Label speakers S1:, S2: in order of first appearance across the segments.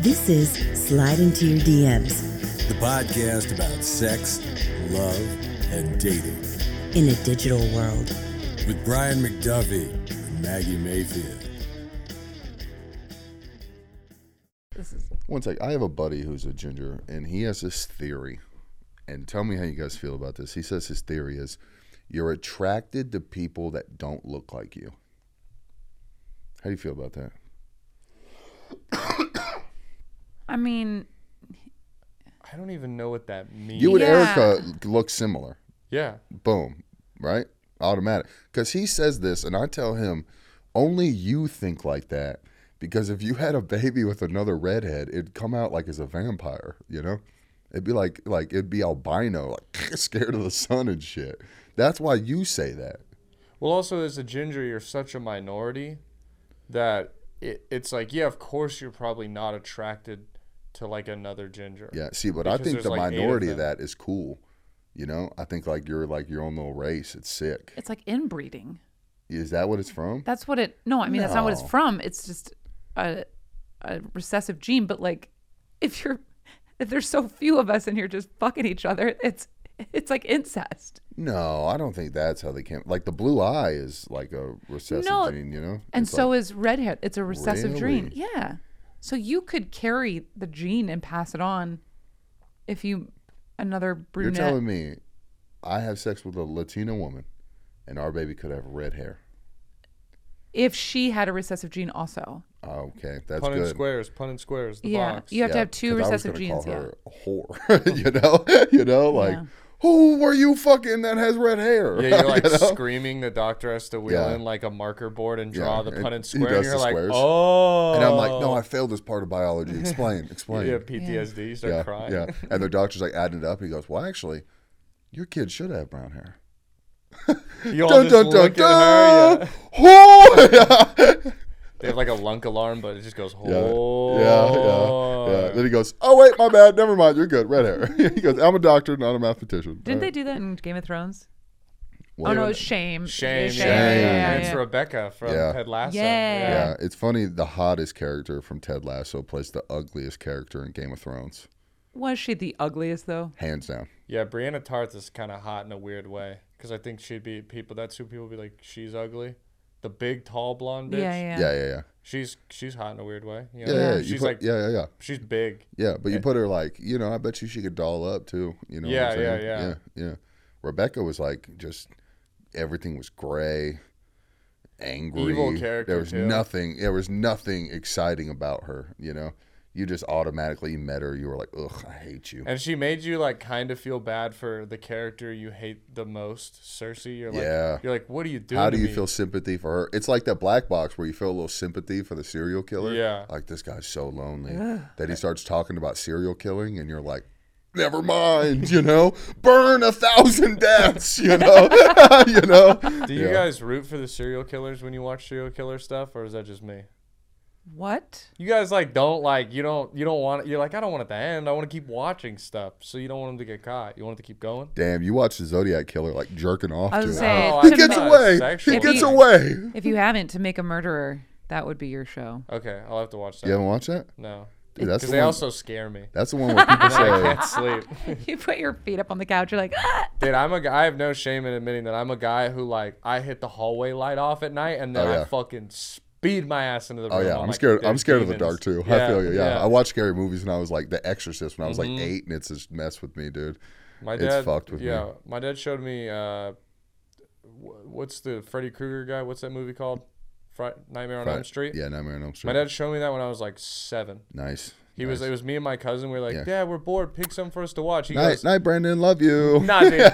S1: This is Slide Into Your DMs
S2: the podcast about sex, love, and dating
S1: in a digital world.
S2: with Brian McDuffie and Maggie Mayfield.
S3: One sec. I have a buddy who's a ginger, and he has this theory. And tell me how you guys feel about this. He says his theory is you're attracted to people that don't look like you. How do you feel about that?
S4: I mean,
S5: I don't even know what that means.
S3: You and
S4: Yeah.
S3: Erica look similar.
S5: yeah.
S3: Boom. Right? Automatic. Because he says this, and I tell him, only you think like that. Because if you had a baby with another redhead, it'd come out like as a vampire, you know? It'd be like like it'd be albino, like scared of the sun and shit. That's why you say that.
S5: Well, also as a ginger, you're such a minority that it, it's like, yeah, of course you're probably not attracted to like another ginger.
S3: Yeah. See, but I
S5: Because
S3: think
S5: there's,
S3: the
S5: like, eight of
S3: minority of
S5: them.
S3: that is cool. You know? I think like you're like your own little race. It's sick.
S4: it's like inbreeding.
S3: Is that what it's from?
S4: That's what it. No, I mean that's not what it's
S3: No.
S4: from. It's just a a recessive gene. But like, if you're if there's so few of us and you're just fucking each other, it's it's like incest.
S3: No, I don't think that's how they came. Like the blue eye is like a recessive
S4: No,
S3: gene, you know.
S4: And
S3: It's
S4: so
S3: like-
S4: is redhead. It's a recessive gene.
S3: Really?
S4: Yeah. So you could carry the gene and pass it on if you another
S3: you're
S4: brunette.
S3: telling me, I have sex with a Latina woman, and our baby could have red hair.
S4: if she had a recessive gene also.
S3: Okay, that's
S5: Pun and
S3: good.
S5: squares, pun and squares, the
S4: yeah.
S5: box.
S4: You have to
S3: Yeah,
S4: have two
S3: 'cause I was
S4: recessive
S3: gonna
S4: genes.
S3: Call
S4: Yeah.
S3: her a whore, you know, you know, like
S4: Yeah.
S3: who were you fucking that has red hair?
S5: Yeah, you're like
S3: You know?
S5: screaming. The doctor has to wheel
S3: Yeah.
S5: in like a marker board and
S3: Yeah,
S5: draw the
S3: and
S5: pun and
S3: he
S5: square.
S3: does
S5: And you're
S3: the
S5: like,
S3: squares.
S5: oh.
S3: And I'm like, no, I failed this part of biology. Explain, explain.
S5: You have PTSD. You start
S3: yeah,
S5: crying.
S3: yeah. And the doctor's like adding it up. He goes, well, actually, your kid should have brown hair.
S5: You all
S3: Dun,
S5: just
S3: dun, dun,
S5: look at her.
S3: dun.
S5: yeah.
S3: Whore! yeah.
S5: They have like a lunk alarm, but it just goes,
S3: Yeah,
S5: oh.
S3: yeah, yeah, yeah. Then he goes, "Oh wait, my bad. Never mind. You're good. Red hair." he goes, "I'm a doctor, not a mathematician."
S4: Didn't they
S3: Alright.
S4: do that in Game of Thrones?
S3: What?
S4: Oh no, shame.
S5: Shame.
S4: Shame.
S5: Yeah, yeah, yeah,
S3: yeah,
S5: It's
S4: yeah.
S5: Rebecca from
S3: Yeah.
S5: Ted Lasso.
S4: Yeah.
S3: Yeah, it's funny. The hottest character from Ted Lasso plays the ugliest character in Game of Thrones,
S4: Was she the ugliest though?
S3: hands down.
S5: Yeah, Brianna Tarth is kind of hot in a weird way because I think she'd be people. That's who people be like. She's ugly. The big, tall, blonde bitch.
S4: Yeah, yeah.
S3: Yeah, yeah, yeah,
S5: She's she's hot in a weird way. You
S3: yeah,
S5: know?
S3: yeah. You
S5: She's
S3: put-
S5: like
S3: yeah, yeah, yeah,
S5: she's big.
S3: yeah. But you put her like, you know, I bet you she could doll up too. You know? what
S5: Yeah,
S3: I'm saying?
S5: yeah, yeah.
S3: yeah, yeah. Rebecca was like, just everything was gray, angry.
S5: Evil character,
S3: There was
S5: too.
S3: nothing. There was nothing exciting about her. You know, you just automatically met her. You were like, ugh, I hate you.
S5: And she made you like kind of feel bad for the character you hate the most, Cersei. You're like,
S3: Yeah.
S5: you're like, what are you doing?
S3: How
S5: to
S3: do you
S5: me?
S3: feel sympathy for her? It's like that black box where you feel a little sympathy for the serial killer.
S5: Yeah.
S3: Like this guy's so lonely that he starts talking about serial killing and you're like, never mind, you know? Burn a thousand deaths, you know? you know?
S5: Do you
S3: Yeah.
S5: guys root for the serial killers when you watch serial killer stuff, or is that just me?
S4: What?
S5: You guys like don't like you don't you don't want it. You're like I don't want it to end. I want to keep watching stuff. So you don't want them to get caught. You want it to keep going.
S3: Damn, you watch the Zodiac killer like jerking off
S4: I
S3: to
S4: was
S3: it.
S4: saying- He
S5: Oh, I
S3: He
S5: thought
S3: gets
S5: it was
S3: away. He
S5: sexual.
S3: gets
S4: Yeah.
S3: away.
S4: If you haven't, to make a murderer, that would be your show.
S5: Okay, I'll have to watch that.
S3: You haven't watched that?
S5: No,
S3: Dude, that's
S5: because
S3: the
S5: they
S3: one,
S5: also scare me.
S3: that's the one where people
S5: I
S3: say
S5: can't sleep,
S4: you put your feet up on the couch. You're like, ah!
S5: dude. I'm a. guy- I have no shame in admitting that I'm a guy who like I hit the hallway light off at night and then
S3: Oh, yeah.
S5: I fucking speed my ass into the room.
S3: Oh yeah, I'm,
S5: like,
S3: scared. I'm
S5: "There's
S3: scared of the
S5: demons."
S3: dark too. I feel you. Yeah. I watched scary movies when I was like The Exorcist when I was
S5: Mm-hmm.
S3: like eight, and it's just messed with me, dude.
S5: my
S3: it's
S5: dad.
S3: fucked with me.
S5: yeah, my dad showed me. Uh, wh- what's the Freddy Krueger guy? What's that movie called? Fri- Nightmare on Elm
S3: Right.
S5: Street.
S3: Yeah, Nightmare on Elm Street.
S5: My dad showed me that when I was like seven.
S3: nice.
S5: He was. It was me and my cousin. We were like,
S3: Yeah.
S5: yeah, we're bored. Pick something for us to watch. He
S3: night,
S5: goes,
S3: night, Brandon. Love you.
S5: Nah, dude.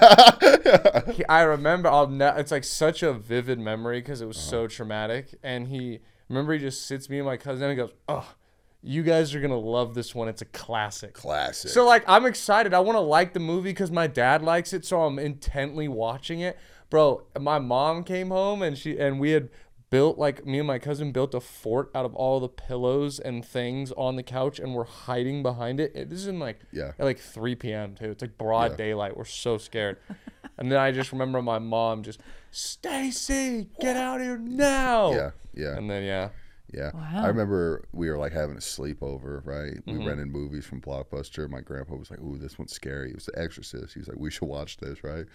S5: He- I remember. I'll. Ne- it's like such a vivid memory because it was
S3: Uh-huh.
S5: so traumatic. And he remember he just sits me and my cousin down and goes, "Oh, you guys are gonna love this one. It's a classic."
S3: Classic.
S5: So like, I'm excited. I want to like the movie because my dad likes it, so I'm intently watching it, bro. My mom came home and she and we had built like me and my cousin built a fort out of all the pillows and things on the couch and we're hiding behind it. It- This is in like
S3: Yeah.
S5: at like 3 p.m. too. It's like broad daylight. We're so scared. and then I just remember my mom just, Stacy, get out here now.
S3: yeah, yeah,
S5: And then yeah,
S3: Yeah.
S4: Wow.
S3: I remember we were like having a sleepover, right?
S5: Mm-hmm.
S3: We rented movies from Blockbuster. My grandpa was like, Ooh, this one's scary. It was The Exorcist. He was like, We should watch this, right?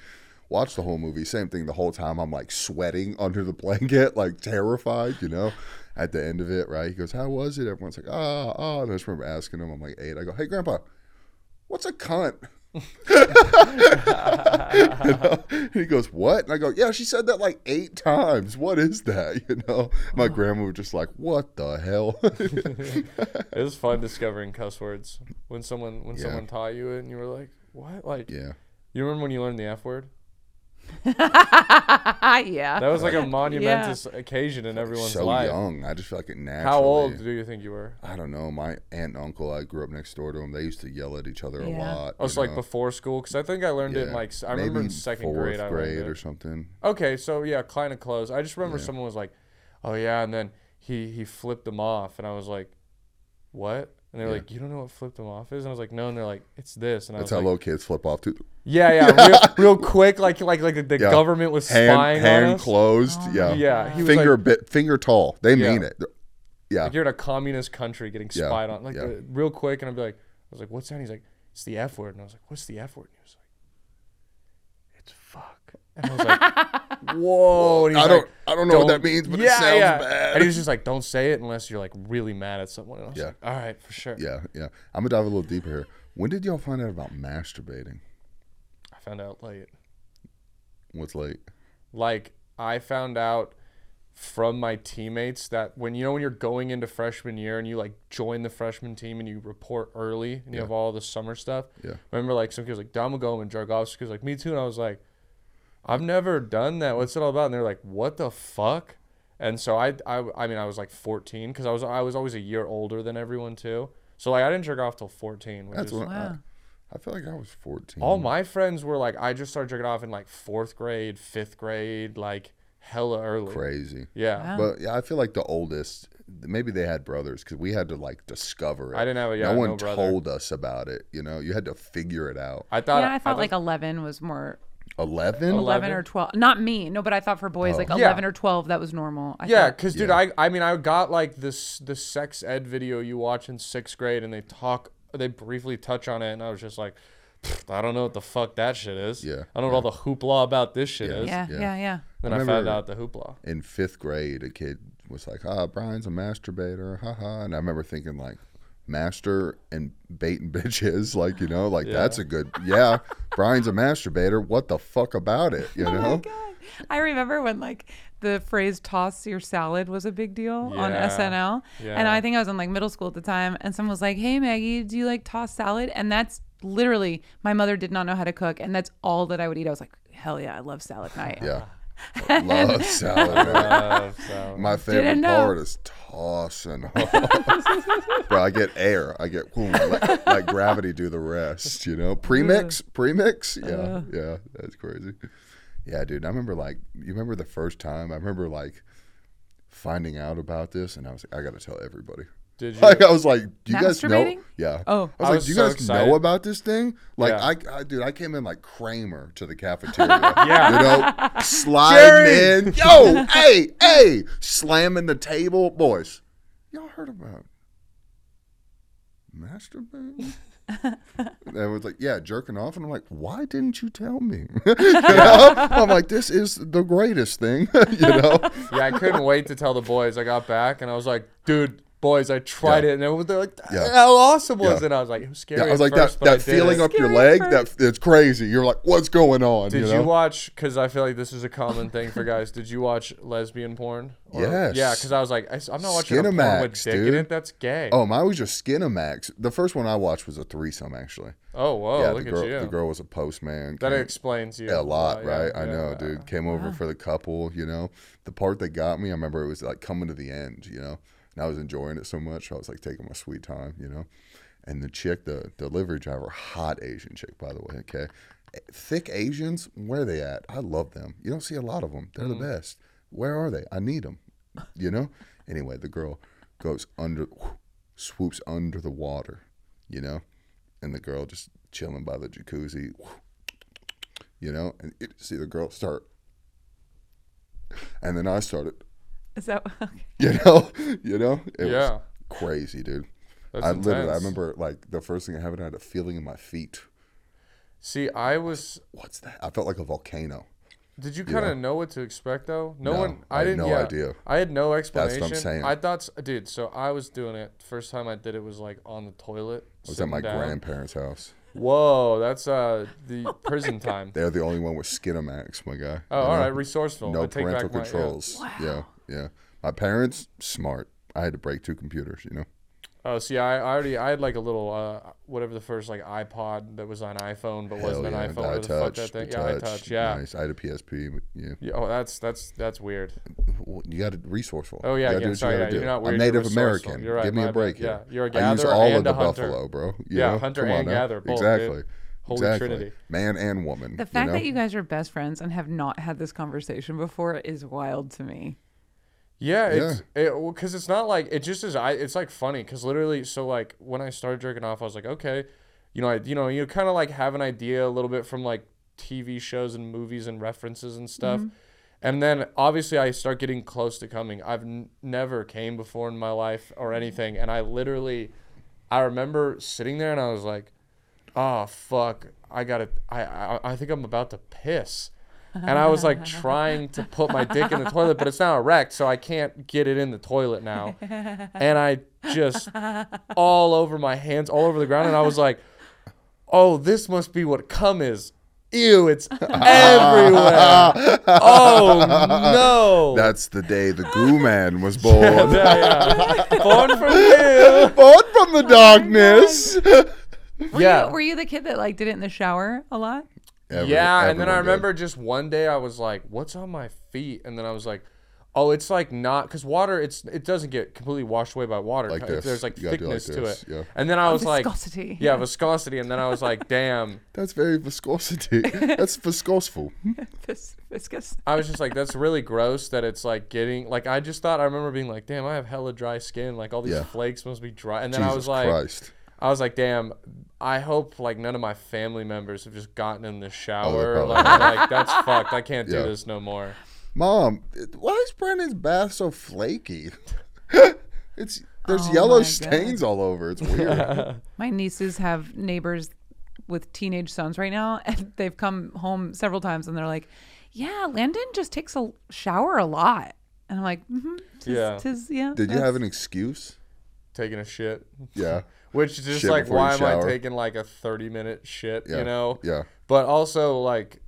S3: Watch the whole movie. Same thing the whole time. I'm like sweating under the blanket, like terrified, you know? At the end of it, right? He goes, How was it? Everyone's like, Ah, ah. And I just remember asking him, I'm like, Eight. I go, Hey, grandpa, what's a cunt? You know? And he goes, "What?" And I go, "Yeah, she said that like eight times. What is that?" You know, my grandma was just like, "What the hell?"
S5: It was fun discovering cuss words when someone when someone taught you it and you were like, what? Like,
S3: yeah,
S5: you remember when you learned the F word?
S4: ah, yeah.
S5: That was like a monumentous occasion in everyone's
S3: so
S5: life.
S3: young. I just feel like it naturally.
S5: How old do you think you were?
S3: I don't know. My aunt and uncle, I grew up next door to them. They used to yell at each other
S4: Yeah.
S3: a lot.
S5: I was
S3: you
S5: like
S3: know?
S5: before school because I think I learned it in
S3: Yeah.
S5: like s- I remember in
S3: Maybe
S5: second
S3: fourth
S5: grade. I learned
S3: grade
S5: it.
S3: or something.
S5: Okay, so yeah, kind of close. I just remember someone was like, "Oh yeah," and then he he flipped them off, and I was like, "What?" And they were like, "You don't know what flipped them off is?" And I was like, "No," and they're like, "It's this," and I
S3: That's how
S5: was like,
S3: little kids flip off too.
S5: "Yeah, yeah, real, real quick, like like like the, the
S3: Yeah.
S5: government was
S3: Hand,
S5: spying
S3: hand
S5: on us."
S3: closed. yeah,
S5: Oh, yeah, he was
S3: Finger
S5: like,
S3: bit, finger tall. They
S5: Yeah.
S3: mean it. They're- Yeah,
S5: like, "You're in a communist country getting
S3: Yeah,
S5: spied on," like
S3: yeah.
S5: the- real quick, and I'd be like, "I was like, what's that?" And he's like, "It's the F word," and I was like, "What's the F word?" And he was like, "It's fuck," and I was like, "Whoa!" And he's
S3: I don't,
S5: like,
S3: I don't know what that means, but it sounds bad.
S5: And he was just like, don't say it unless you're like really mad at someone. And I was
S3: Yeah.
S5: like, all right, for sure.
S3: Yeah, yeah. I'm gonna dive a little deeper here. When did y'all find out about masturbating?
S5: I found out late.
S3: What's late?
S5: Like, I found out from my teammates that when you know when you're going into freshman year and you like join the freshman team and you report early and you have all the summer stuff.
S3: Yeah.
S5: Remember like some kid was like Domagom and Jargovsky was like me too and I was like I've never done that. What's it all about? And they're like, "What the fuck?" And so I, I, I mean, I was like 14 because I was, I was always a year older than everyone too. So like, I didn't jerk off till 14. Which
S3: That's
S5: is,
S3: when I,
S4: Wow.
S3: I feel like I was 14.
S5: all my friends were like, I just started jerking off in like fourth grade, fifth grade, like hella early.
S3: crazy.
S5: Yeah.
S3: But yeah, I feel like the oldest. Maybe they had brothers because we had to like discover it.
S5: I didn't have a- yeah,
S3: no
S5: no
S3: one
S5: brother.
S3: told us about it. You know, you had to figure it out.
S5: I thought.
S4: yeah, I
S5: thought-
S4: thought like 11 was more
S3: Eleven.
S4: 11 or 12. Not me. No, but I thought for boys like 11 or 12 that was normal. I
S5: Yeah,
S4: thought-
S5: because dude, I I mean, I got like this the sex ed video you watch in sixth grade, and they talk, they briefly touch on it, and I was just like, "Pfft, I don't know what the fuck that shit is.
S3: Yeah,
S5: I don't know what all the hoopla about this shit is.
S4: yeah,
S3: yeah.
S4: yeah, yeah.
S5: Then
S3: I
S5: I, found
S3: remember-
S5: out the hoopla.
S3: in fifth grade, a kid was like, "Ah, Brian's a masturbator, haha," and I remember thinking like, "Master and bait and bitches, like you know, like that's a good, yeah, Brian's a masturbator. What the fuck about it, you know?"
S4: I remember when like the phrase toss your salad was a big deal on
S5: Yeah.
S4: SNL. And
S5: Yeah.
S4: I think I was in like middle school at the time and someone was like, Hey Maggie, do you like toss salad? And that's literally my mother did not know how to cook and that's all that I would eat. I was like, Hell yeah, I love salad night.
S3: Yeah, love salad. man.
S5: Uh, so.
S3: My favorite
S4: Didn't know.
S3: part is tossing. Bro, I get air. I get boom, let, let gravity do the rest. You know, premix, premix. Yeah,
S4: Uh-huh.
S3: yeah, that's crazy. Yeah, dude. I remember like you remember the first time. I remember like finding out about this, and I was like, I gotta tell everybody.
S5: Did you?
S3: Like I was like, do you guys know?
S4: Masturbating?
S3: Yeah.
S4: Oh.
S3: I was
S5: I
S3: like,
S5: was
S3: do you
S5: so
S3: guys
S5: excited.
S3: know about this thing? Like, I, I, dude, I came in like Kramer to the cafeteria. yeah. You know, sliding
S5: Jerry!
S3: in. Yo, hey, hey, slamming the table, boys. Y'all heard about masturbating? and everyone's like, yeah, jerking off. And I'm like, why didn't you tell me? you know? I'm like, this is the greatest thing. you know?
S5: yeah, I couldn't wait to tell the boys. I got back and I was like, dude, boys, I tried
S3: Yeah.
S5: it, and it was, they're like,
S3: Yeah.
S5: how awesome was
S3: Yeah.
S5: it? And I was like, it was scary.
S3: Yeah, I was
S5: at
S3: like
S5: first,
S3: that,
S5: but I
S3: that
S5: did
S3: feeling
S5: it."
S3: up your
S4: Scary
S3: leg.
S4: at
S3: That it's crazy. You're like, what's going on?
S5: Did you,
S3: know?
S5: watch? Because I feel like this is a common thing for guys. Did you watch lesbian porn? Or-
S3: Yes.
S5: Yeah, because I was like, I, am not watching a porn with
S3: Skinamax,
S5: dick in
S3: dude.
S5: it. That's gay.
S3: Oh, mine was just Skinamax. The first one I watched was a threesome, actually.
S5: Oh, whoa!
S3: yeah,
S5: look
S3: the girl,
S5: at you.
S3: the girl was a postman.
S5: That
S3: came-
S5: explains you
S3: yeah, a lot,
S5: yeah,
S3: right? I
S5: yeah.
S3: know, dude. Came over for the couple, you know. The part that got me, I remember it was like coming to the end, you know. And I was enjoying it so much, I was like taking my sweet time, you know. And the chick, the delivery driver, hot Asian chick, by the way, okay. Eh, Thick Asians, where they at? I love them. You don't see a lot of them. They're
S5: Mm.
S3: the best. Where are they? I need them, you know. Anyway, the girl goes under, swoops under the water, you know, and the girl just chilling by the jacuzzi, you know, and you see the girl start, and then I started,
S4: Is that okay?
S3: You know, you know, it
S5: Yeah.
S3: was crazy, dude.
S5: That's
S3: I literally, I
S5: intense.
S3: remember like the first thing that happened, I had a feeling in my feet.
S5: See, I was.
S3: What's that? I felt like a volcano.
S5: Did you kind of know what to expect though? No,
S3: No,
S5: one.
S3: I
S5: I,
S3: had
S5: didn't.
S3: no
S5: yeah,
S3: idea.
S5: I had no
S3: what I'm
S5: explanation.
S3: saying.
S5: I thought, s- dude. So I was doing it. First time I did it was like on the toilet.
S3: I was at my
S5: down.
S3: grandparents' house.
S5: Whoa, that's uh the prison time.
S3: They're the only one with Skinamax, my guy.
S5: Oh, all right, resourceful.
S3: No
S5: I take
S3: parental
S5: back my- yeah.
S3: controls. Yeah, yeah. My parents smart. I had to break two computers. You know.
S5: Oh, see, I, I already I had like a little uh whatever the first like iPod that was on iPhone but wasn't
S3: yeah.
S5: an iPhone. What the fuck that thing? Yeah, I touch. Yeah.
S3: Nice. I had a PSP. But yeah.
S5: Yeah, oh, that's that's that's weird.
S3: Well, You got to resourceful.
S5: Oh,
S3: You
S5: yeah,
S3: gotta
S5: yeah,
S3: do what
S5: sorry,
S3: you
S5: yeah,
S3: gotta do.
S5: you're not weird,
S3: I'm
S5: you're
S3: Native
S5: resourceful.
S3: American.
S5: You're right,
S3: Give me
S5: my
S3: a
S5: bad.
S3: break. here.
S5: Yeah, you're a
S3: I use
S5: gatherer
S3: all of
S5: and
S3: the
S5: a hunter.
S3: buffalo, bro. You
S5: Yeah,
S3: know?
S5: hunter
S3: Come on
S5: and
S3: now.
S5: gatherer, both, dude.
S3: Exactly.
S5: Holy
S3: exactly.
S5: trinity.
S3: Man and woman.
S4: The
S3: you
S4: fact
S3: know?
S4: that you guys are best friends and have not had this conversation before is wild to me.
S5: Yeah, it's it because it's not like it just is. I it's like funny because literally, so like when I started jerking off, I was like, okay, you know, I you know, you kind of like have an idea a little bit from like TV shows and movies and references and stuff, and then obviously I start getting close to coming. I've n- never came before in my life or anything, and I literally, I remember sitting there and I was like, oh fuck i gotta i i, I think i'm about to piss and i was like trying to put my dick in the toilet but it's now erect so i can't get it in the toilet now and i just all over my hands all over the ground and i was like oh this must be what cum is ew it's everywhere oh no
S3: That's the day the goo man was born.
S5: yeah, yeah. born from you
S3: born from the
S4: Oh
S3: darkness.
S4: Were,
S5: Yeah.
S4: you, were you the kid that like did it in the shower a lot?
S3: Every-
S5: yeah, and then I
S3: everyone did.
S5: remember just one day I was like, "What's on my feet?" And then I was like, "Oh, it's like not because water. It's it doesn't get completely washed away by water.
S3: Like
S5: If
S3: this.
S5: There's like
S3: You gotta do like
S5: thickness to
S3: this,
S5: it.
S3: yeah.
S5: And then I was
S4: viscosity,
S5: like, "Yeah,
S4: yeah.
S5: viscosity." And then I was like, "Damn."
S3: That's very viscosity. That's viscoseful.
S4: Vis- viscous.
S5: I was just like, "That's really gross." That it's like getting like I just thought I remember being like, "Damn, I have hella dry skin. Like all these
S3: Yeah.
S5: flakes must be dry." And then
S3: Jesus
S5: I was like,
S3: Christ.
S5: I was like, damn. I hope like none of my family members have just gotten in the shower.
S3: Oh, probably
S5: like, like that's fucked. I can't
S3: Yeah.
S5: do this no more.
S3: Mom, it- why is Brandon's bath so flaky? it's there's
S4: Oh
S3: yellow
S4: my
S3: stains all over. It's weird.
S4: My nieces have neighbors with teenage sons right now, and they've come home several times, and they're like, "Yeah, Landon just takes a shower a lot," and I'm like, mm-hmm, tis,
S5: Yeah.
S4: tis, yeah."
S3: Did you
S4: that's-
S3: have an excuse?
S5: Taking a shit.
S3: Yeah.
S5: Which is just
S3: Shit
S5: like,
S3: before you
S5: why am I
S3: shower.
S5: taking like a 30 minute shit,
S3: Yeah,
S5: you know?
S3: yeah.
S5: But also, like,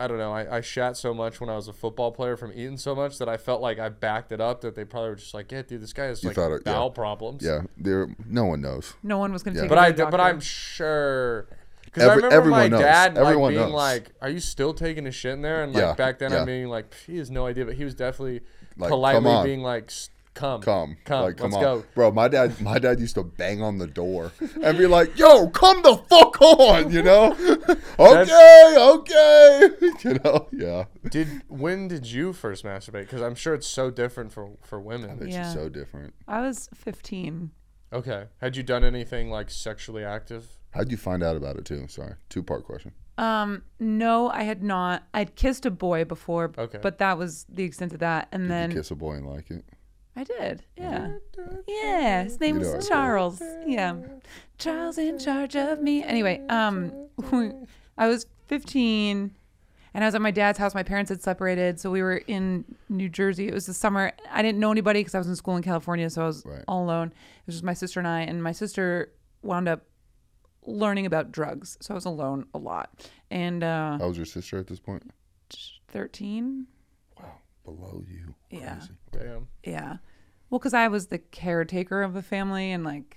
S5: I don't know. I, I shat so much when I was a football player from eating so much that I felt like I backed it up that they probably were just like, yeah, dude, this guy has like
S3: thought it- yeah.
S5: bowel problems.
S3: Yeah. There no one knows.
S4: No one was going to take. it
S5: But
S4: to
S5: I,
S4: the
S5: but
S4: doctor.
S5: I'm sure. Because I
S3: Every-
S5: remember my
S3: everyone knows.
S5: dad like
S3: Everyone
S5: being
S3: knows.
S5: like, "Are you still taking a shit in there?" And like
S3: Yeah,
S5: back then,
S3: yeah.
S5: I'm being like, "He has no idea," but he was definitely
S3: Like, come
S5: politely
S3: on.
S5: being like, "S- "Come,
S3: Come.
S5: come,
S3: like, come
S5: let's
S3: on.
S5: go."
S3: Bro, my dad my dad used to bang on the door and be like, yo, come the fuck on, you know? okay, okay. you know? Yeah.
S5: Did when did you first masturbate? Because I'm sure it's so different for for women.
S3: It's
S4: Yeah.
S3: so different.
S4: I was 15.
S5: Okay, had you done anything like sexually active?
S3: How'd you find out about it too? Sorry. Two part question.
S4: Um, no, I had not. I'd kissed a boy before,
S5: Okay.
S4: but that was the extent of that. And then
S3: Kiss a boy and like it.
S4: I did, yeah, yeah. His name
S3: You know I
S4: was
S3: did.
S4: Charles. Yeah, Charles in charge of me. Anyway, um, I was 15, and I was at my dad's house. My parents had separated, so we were in New Jersey. It was the summer. I didn't know anybody because I was in school in California, so I was
S3: Right.
S4: all alone. It was just my sister and I, and my sister wound up learning about drugs, so I was alone a lot. And uh,
S3: How was your sister at this point?
S4: 13
S3: Below you.
S4: Yeah.
S3: Crazy.
S5: Damn.
S4: yeah well because i was the caretaker of the family and like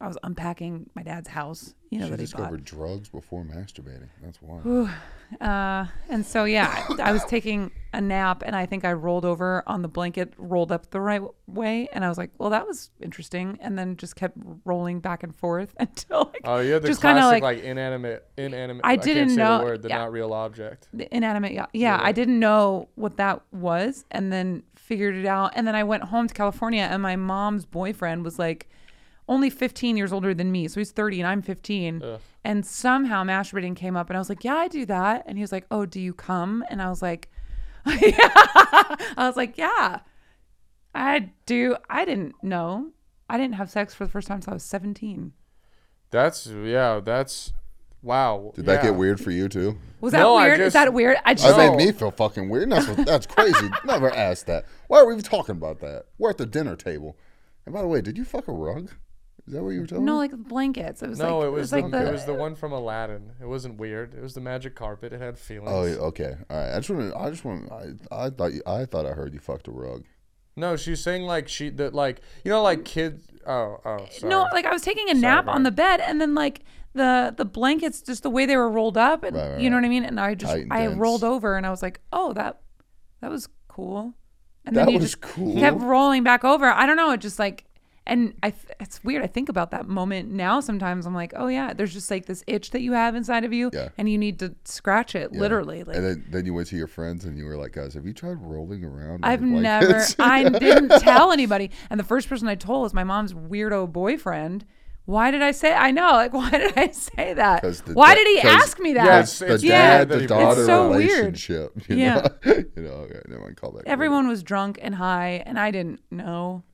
S4: i was unpacking my dad's house you know
S3: She
S4: that he bought
S3: discovered drugs before masturbating. That's wild.
S4: uh, and so yeah i was taking a nap and i think i rolled over on the blanket rolled up the right way and i was like well that was interesting and then just kept rolling back and forth until like,
S5: Oh, you had the
S4: just kind of
S5: classic like,
S4: like,
S5: inanimate inanimate.
S4: I
S5: can't
S4: didn't
S5: say
S4: know-
S5: the word the
S4: yeah.
S5: not real object.
S4: the inanimate yeah, yeah i didn't know what that was and then figured it out and then i went home to california and my mom's boyfriend was like only 15 years older than me so he's 30 and i'm 15 and somehow masturbating came up and i was like yeah i do that and he was like oh do you come and i was like i was like yeah I do. I didn't know. I didn't have sex for the first time until I was 17.
S5: That's yeah. That's wow.
S3: Did that
S5: yeah.
S3: get weird for you too?
S4: Was that
S5: No, I
S4: weird? Is
S5: just-
S4: that weird? I just
S3: That
S5: No.
S3: made me feel fucking weird. That's, what- that's crazy. Never asked that. Why are we even talking about that? We're at the dinner table. And by the way, did you fuck a rug? Is that what you were telling
S4: no
S3: me?
S4: like blankets. It was
S5: No,
S4: like
S5: it was,
S4: like
S5: the,
S4: the
S5: it was the one from Aladdin. It wasn't weird. It was the magic carpet. It had feelings.
S3: Oh, yeah, okay. All right. I just want. I just want. I, I thought. You, I thought I heard you fucked a rug.
S5: No, she was saying like she that like you know like kids. Oh, oh, sorry.
S4: No, like I was taking a nap on the bed, and then like the the blankets, just the way they were rolled up, and
S3: Right, right,
S4: you know what I mean. And I just
S3: Tight and
S4: I
S3: dense.
S4: rolled over, and I was like, oh, that that was cool. And
S3: That
S4: you
S3: was
S4: just
S3: cool.
S4: Kept rolling back over. I don't know. It just like, and I th- it's weird. I think about that moment now. Sometimes I'm like, oh yeah, there's just like this itch that you have inside of you,
S3: Yeah.
S4: and you need to scratch it literally. Like
S3: and then, then you went to your friends and you were like, guys, have you tried rolling around? on
S4: I've
S3: the
S4: never.
S3: blankets?"
S4: I didn't tell anybody. And the first person I told was my mom's weirdo boyfriend. Why did I say? I know. Like, why did I say that?
S3: 'Cause the
S4: Why
S3: da-
S4: did he
S3: 'cause
S4: ask me that?
S5: Yes,
S3: the
S5: it's
S4: yeah,
S3: dad, the
S5: it's
S3: daughter
S4: so weird.
S3: relationship. You
S4: Yeah.
S3: Know? you know. Okay. Never mind. Call that.
S4: Everyone was drunk and high, and I didn't know.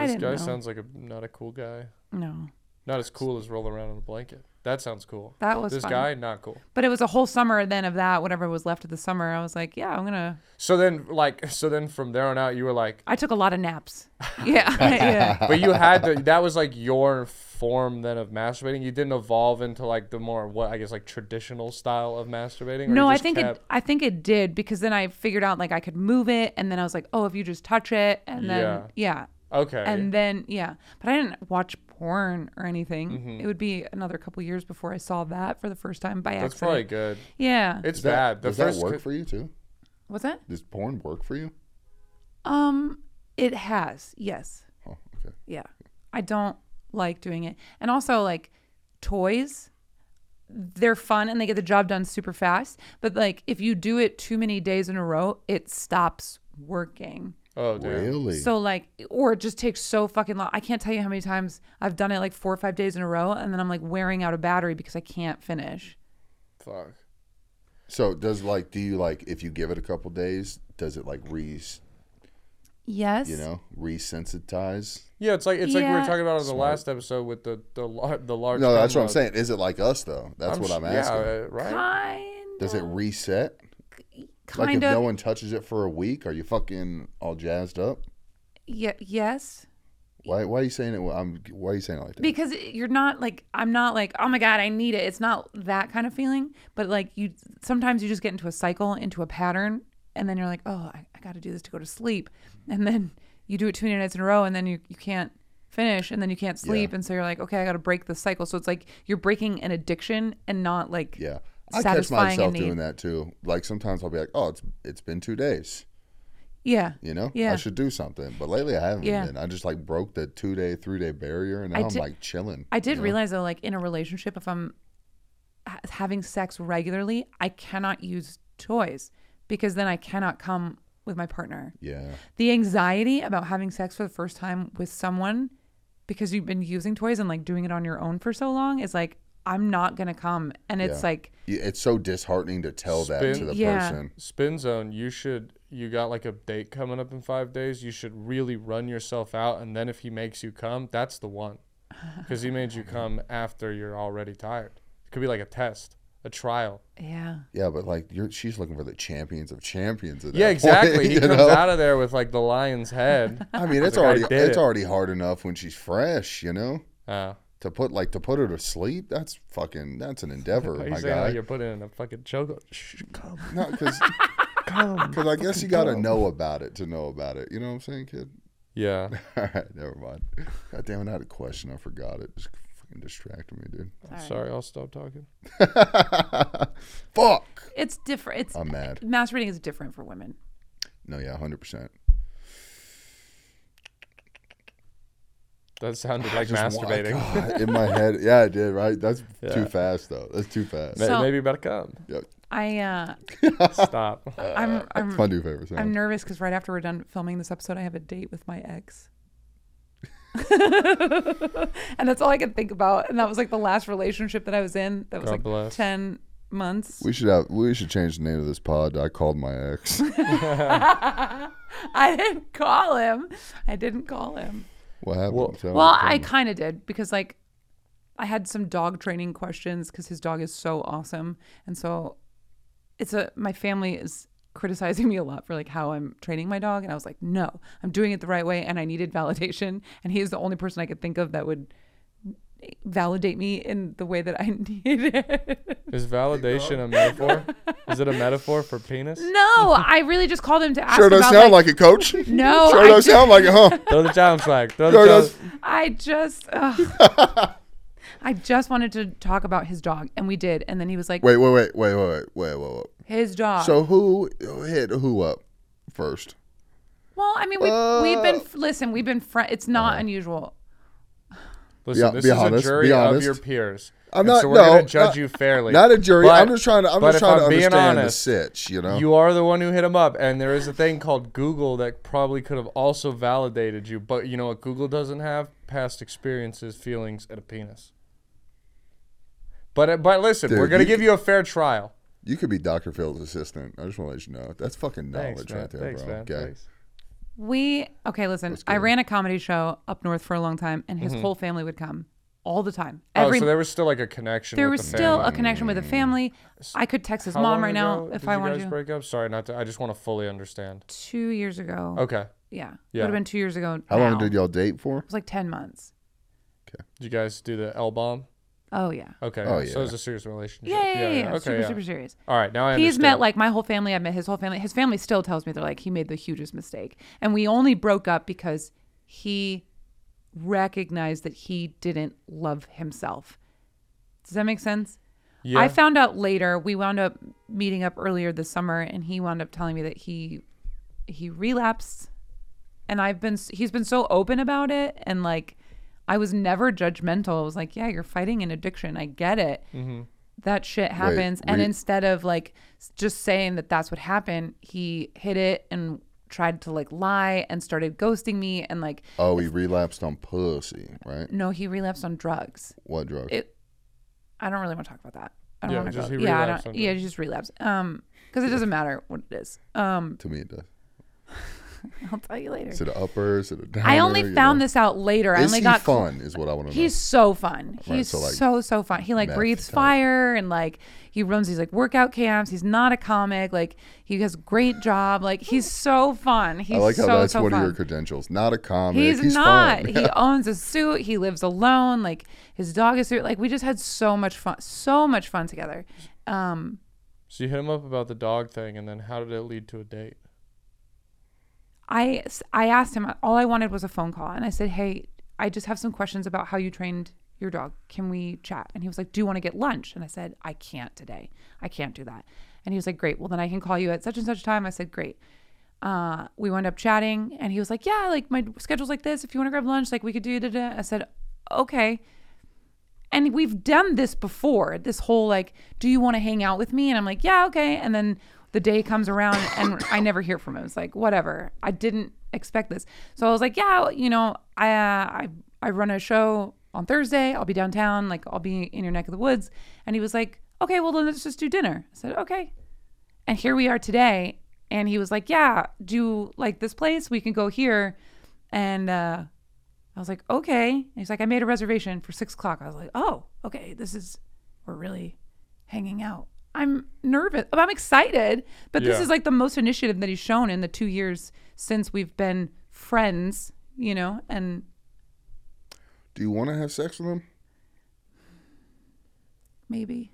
S4: I
S5: this
S4: didn't
S5: guy
S4: know.
S5: sounds like a not a cool guy.
S4: No,
S5: Not as cool as rolling around on a blanket. That sounds cool.
S4: That was
S5: this
S4: fun.
S5: guy not cool.
S4: but it was a whole summer then of that. Whatever was left of the summer, I was like, yeah, I'm gonna.
S5: So then like so then from there on out you were like,
S4: I took a lot of naps. Yeah, yeah.
S5: but you had to, that was like your form then of masturbating. You didn't evolve into like the more what I guess like traditional style of masturbating. or you
S4: No, I
S5: just
S4: think
S5: kept-
S4: it. I think it did because then I figured out like I could move it, and then I was like, oh, if you just touch it, and then yeah.
S5: Okay.
S4: and then yeah but i didn't watch porn or anything it would be another couple years before i saw that for the first time by
S5: That's probably
S4: accident
S5: good.
S4: yeah
S5: It's
S3: That,
S5: bad. The
S3: does
S5: first
S3: that work
S5: cou-
S3: for you too?
S4: what's that
S3: Does porn work for you?
S4: um it has yes
S3: Oh, okay.
S4: yeah i don't like doing it and also like toys they're fun and they get the job done super fast but like if you do it too many days in a row it stops working
S5: Oh damn.
S3: Really?
S4: So like, or it just takes so fucking long. I can't tell you how many times I've done it like four or five days in a row, and then I'm like wearing out a battery because I can't finish.
S5: Fuck.
S3: So does like do you like if you give it a couple days, does it like re
S4: Yes.
S3: you know resensitize?
S5: Yeah, it's like it's like we
S4: Yeah.
S5: were talking about on the last episode with the the lar- the large.
S3: No, that's what
S5: cum
S3: I'm
S5: load.
S3: saying. Is it like us though? That's what
S5: sh-
S3: I'm asking.
S5: Yeah, uh, right.
S4: Kind.
S3: does it reset? Like
S4: Kind
S3: if
S4: of.
S3: no one touches it for a week, are you fucking all jazzed up?
S4: Ye- Yes.
S3: Why why are you saying it? I'm why are you saying it like that?
S4: Because you're not like I'm not like oh my god I need it. It's not that kind of feeling. But like you sometimes you just get into a cycle, into a pattern, and then you're like oh I, I got to do this to go to sleep, and then you do it two nights in a row, and then you you can't finish, and then you can't sleep, and so you're like okay I got to break the cycle. So it's like you're breaking an addiction and not like
S3: yeah. I catch
S4: satisfying a
S3: myself
S4: need.
S3: doing that too. Like sometimes I'll be like, "Oh, it's it's been 2 days."
S4: yeah
S3: You know?
S4: Yeah.
S3: I should do something. But lately I haven't
S4: Yeah.
S3: been. I just like broke the 2-day, 3-day barrier and now
S4: I
S3: I'm
S4: did-
S3: like chilling.
S4: I did realize though, like in a relationship, if I'm ha- having sex regularly, I cannot use toys because then I cannot come with my partner.
S3: yeah.
S4: The anxiety about having sex for the first time with someone because you've been using toys and like doing it on your own for so long is like, I'm not gonna come. And it's
S3: Yeah.
S4: like,
S3: Y- it's so disheartening to tell that to
S5: Spin-
S3: the
S4: Yeah.
S3: person.
S5: Spin zone. You should. You got like a date coming up in five days. You should really run yourself out, and then if he makes you come, that's the one, because he made you come after you're already tired. It could be like a test, a trial.
S4: yeah.
S3: Yeah, but like you're, she's looking for the champions of champions. At
S5: Yeah,
S3: that
S5: exactly.
S3: Point,
S5: He
S3: you
S5: comes
S3: know?
S5: out of there with like the lion's head.
S3: I mean, it's
S5: like, I
S3: already
S5: did
S3: it's
S5: it.
S3: already hard enough when she's fresh, you know.
S5: Uh,
S3: To put like to put her to sleep, that's fucking that's an endeavor,
S5: are you
S3: Oh my
S5: saying like
S3: guy.
S5: you're putting in a fucking choke? Shh, come.
S3: No, because because I guess you got to know about it to know about it. You know what I'm saying, kid?
S5: Yeah.
S3: All right, never mind. God damn it, I had a question, I forgot it. Just fucking distracted me, dude.
S5: Sorry, I'll stop talking.
S3: Fuck.
S4: It's different. It's
S3: I'm mad.
S4: masturbating is different for women.
S3: No, yeah, hundred percent.
S5: That sounded like
S3: Just wa-
S5: masturbating.
S3: God, in my head. Yeah, I did. Right. That's too fast though. That's too fast.
S5: May-
S4: So-
S5: Maybe you better come.
S3: Yeah,
S4: I uh,
S5: Stop.
S4: I'm
S3: it's
S4: I'm
S3: my new favorite sound.
S4: I'm nervous because right after we're done filming this episode, I have a date with my ex. and that's all I could think about. And that was like the last relationship that I was in. That was
S5: God
S4: like
S5: bless.
S4: 10 months.
S3: We should have. We should change the name of this pod. to I called my ex.
S4: I didn't call him. I didn't call him.
S3: What happened?
S5: Well-
S3: Tell me,
S4: Well,
S3: tell
S4: I
S3: me.
S4: kind of did because like I had some dog training questions because his dog is so awesome, and so it's a my family is criticizing me a lot for like how I'm training my dog, and I was like, no, I'm doing it the right way, and I needed validation, and he is the only person I could think of that would validate me in the way that I needed it.
S5: Is validation a metaphor? Is it a metaphor for penis?
S4: no, I really just called him to ask
S3: Sure
S4: about
S3: don't sound
S4: like,
S3: like, it, Coach.
S4: No,
S3: Sure
S4: I
S3: don't
S4: just-
S3: sound like it, huh?
S5: Throw the challenge flag. Throw the
S3: Sure
S5: challenge.
S3: does.
S4: I just. ugh. I just wanted to talk about his dog, and we did. And then he was like,
S3: Wait, wait, wait, wait, wait, wait, wait, wait, wait.
S4: "His dog."
S3: So who who hit who up first?
S4: Well, I mean, we've, we've been
S5: uh,
S4: listen, we've been friends. It's not
S5: uh-huh.
S4: unusual.
S5: Listen,
S3: Yeah,
S5: this
S3: be
S5: is
S3: honest,
S5: a
S3: be
S5: jury of
S3: honest.
S5: your peers.
S3: I'm
S5: and
S3: not-
S5: So we're
S3: no,
S5: gonna judge
S3: not-
S5: you fairly.
S3: Not a jury.
S5: But-
S3: I'm just trying to. I'm
S5: but
S3: just
S5: if
S3: trying to
S5: I'm being
S3: understand
S5: honest,
S3: the sitch. You know.
S5: You are the one who hit him up, and there is a thing called Google that probably could have also validated you, but you know what Google doesn't have? Past experiences, feelings, and a penis. But but listen,
S3: Dude,
S5: we're gonna
S3: you
S5: give you a fair trial.
S3: You could be Dr. Phil's assistant. I just want to let you know. That's fucking knowledge
S5: Thanks, man.
S3: right there,
S5: Thanks,
S3: bro.
S5: man.
S3: Okay.
S5: Thanks.
S4: We okay, listen. I ran a comedy show up north for a long time, and his whole family would come all the time.
S5: Mm-hmm. Oh,
S4: Every
S5: so there was still like a connection.
S4: there
S5: with
S4: was
S5: the
S4: still
S5: family.
S4: a connection with the family. I could text his
S5: How
S4: mom
S5: long
S4: right now
S5: ago
S4: if
S5: did
S4: I
S5: you
S4: wanted
S5: guys
S4: to.
S5: break up. Sorry, not to. I just want to fully understand.
S4: Two years ago,
S5: Okay.
S4: yeah,
S5: Yeah.
S4: would have been two years ago.
S3: How
S4: now.
S3: long did
S4: It
S3: y'all date for?
S4: was like ten months.
S5: Did you guys do the L bomb?
S4: Oh yeah,
S5: Okay.
S3: Oh,
S5: So it was
S3: yeah.
S5: a serious relationship.
S4: yeah, yeah, yeah. yeah.
S5: Okay.
S4: super,
S5: yeah.
S4: super serious.
S5: All right. Now I
S4: He's
S5: understand.
S4: met like my whole family. I've met his whole family. His family still tells me they're like, he made the hugest mistake. And we only broke up because he recognized that he didn't love himself. Does that make sense?
S5: Yeah.
S4: I found out later. We wound up meeting up earlier this summer, and he wound up telling me that he he relapsed. And I've been he's been so open about it, and like I was never judgmental. I was like, yeah, you're fighting an addiction. I get it.
S5: Mm-hmm.
S4: That shit happens. and
S3: re-
S4: instead of like s- just saying that that's what happened, he hid it and tried to like lie and started ghosting me and like
S3: Oh, he relapsed on pussy, right?
S4: no he relapsed on drugs
S3: What drug?
S4: It- I don't really want to talk about that. I don't
S5: Yeah,
S4: want to
S5: just
S4: go.
S5: he
S4: Yeah, I
S5: relapsed
S4: don't,
S5: on
S4: yeah,
S5: drugs.
S4: just relapse. Um, because it doesn't matter what it is. Um,
S3: to me, it does.
S4: I'll tell you later.
S3: Is it an upper? Is it a downer?
S4: I only
S3: you
S4: found
S3: know?
S4: this out later. I
S3: Is
S4: only
S3: he
S4: got cl-
S3: fun? Is what I want to know.
S4: He's so fun.
S3: Right,
S4: He's
S3: so, like,
S4: so so fun. He like
S3: meth
S4: breathes
S3: type.
S4: fire and like he runs these like workout camps. He's not a comic. Like he has a great job. Like he's so fun. He's
S3: I like how
S4: so
S3: that's
S4: so
S3: one
S4: fun.
S3: of your credentials. Not a comic.
S4: He's,
S3: He's,
S4: not.
S3: Fun.
S4: he owns a suit. He lives alone. Like his dog is there. Like we just had so much fun, so much fun together. Um,
S5: so you hit him up about the dog thing, and then how did it lead to a date?
S4: I I asked him. All I wanted was a phone call, and I said, "Hey, I just have some questions about how you trained your dog. Can we chat?" And he was like, "Do you want to get lunch?" And I said, "I can't today. I can't do that." And he was like, "Great. Well, then I can call you at such and such time." I said, "Great." Uh, we wound up chatting, and he was like, "Yeah, like my schedule's like this. If you want to grab lunch, like we could do." Da, da. I said, "Okay." and we've done this before this whole like do you want to hang out with me and i'm like yeah okay and then the day comes around and i never hear from him it's like whatever i didn't expect this so i was like yeah you know i uh, i i run a show on thursday i'll be downtown like i'll be in your neck of the woods and he was like okay well then let's just do dinner i said okay and here we are today and he was like yeah do you like this place we can go here and uh I was like, okay. And he's like, I made a reservation for six o'clock. I was like, oh, okay. This is, we're really hanging out. I'm nervous. I'm excited, but this
S5: Yeah.
S4: is like the most initiative that he's shown in the two years since we've been friends, you know? And
S3: Do you want to have sex with him?
S4: maybe.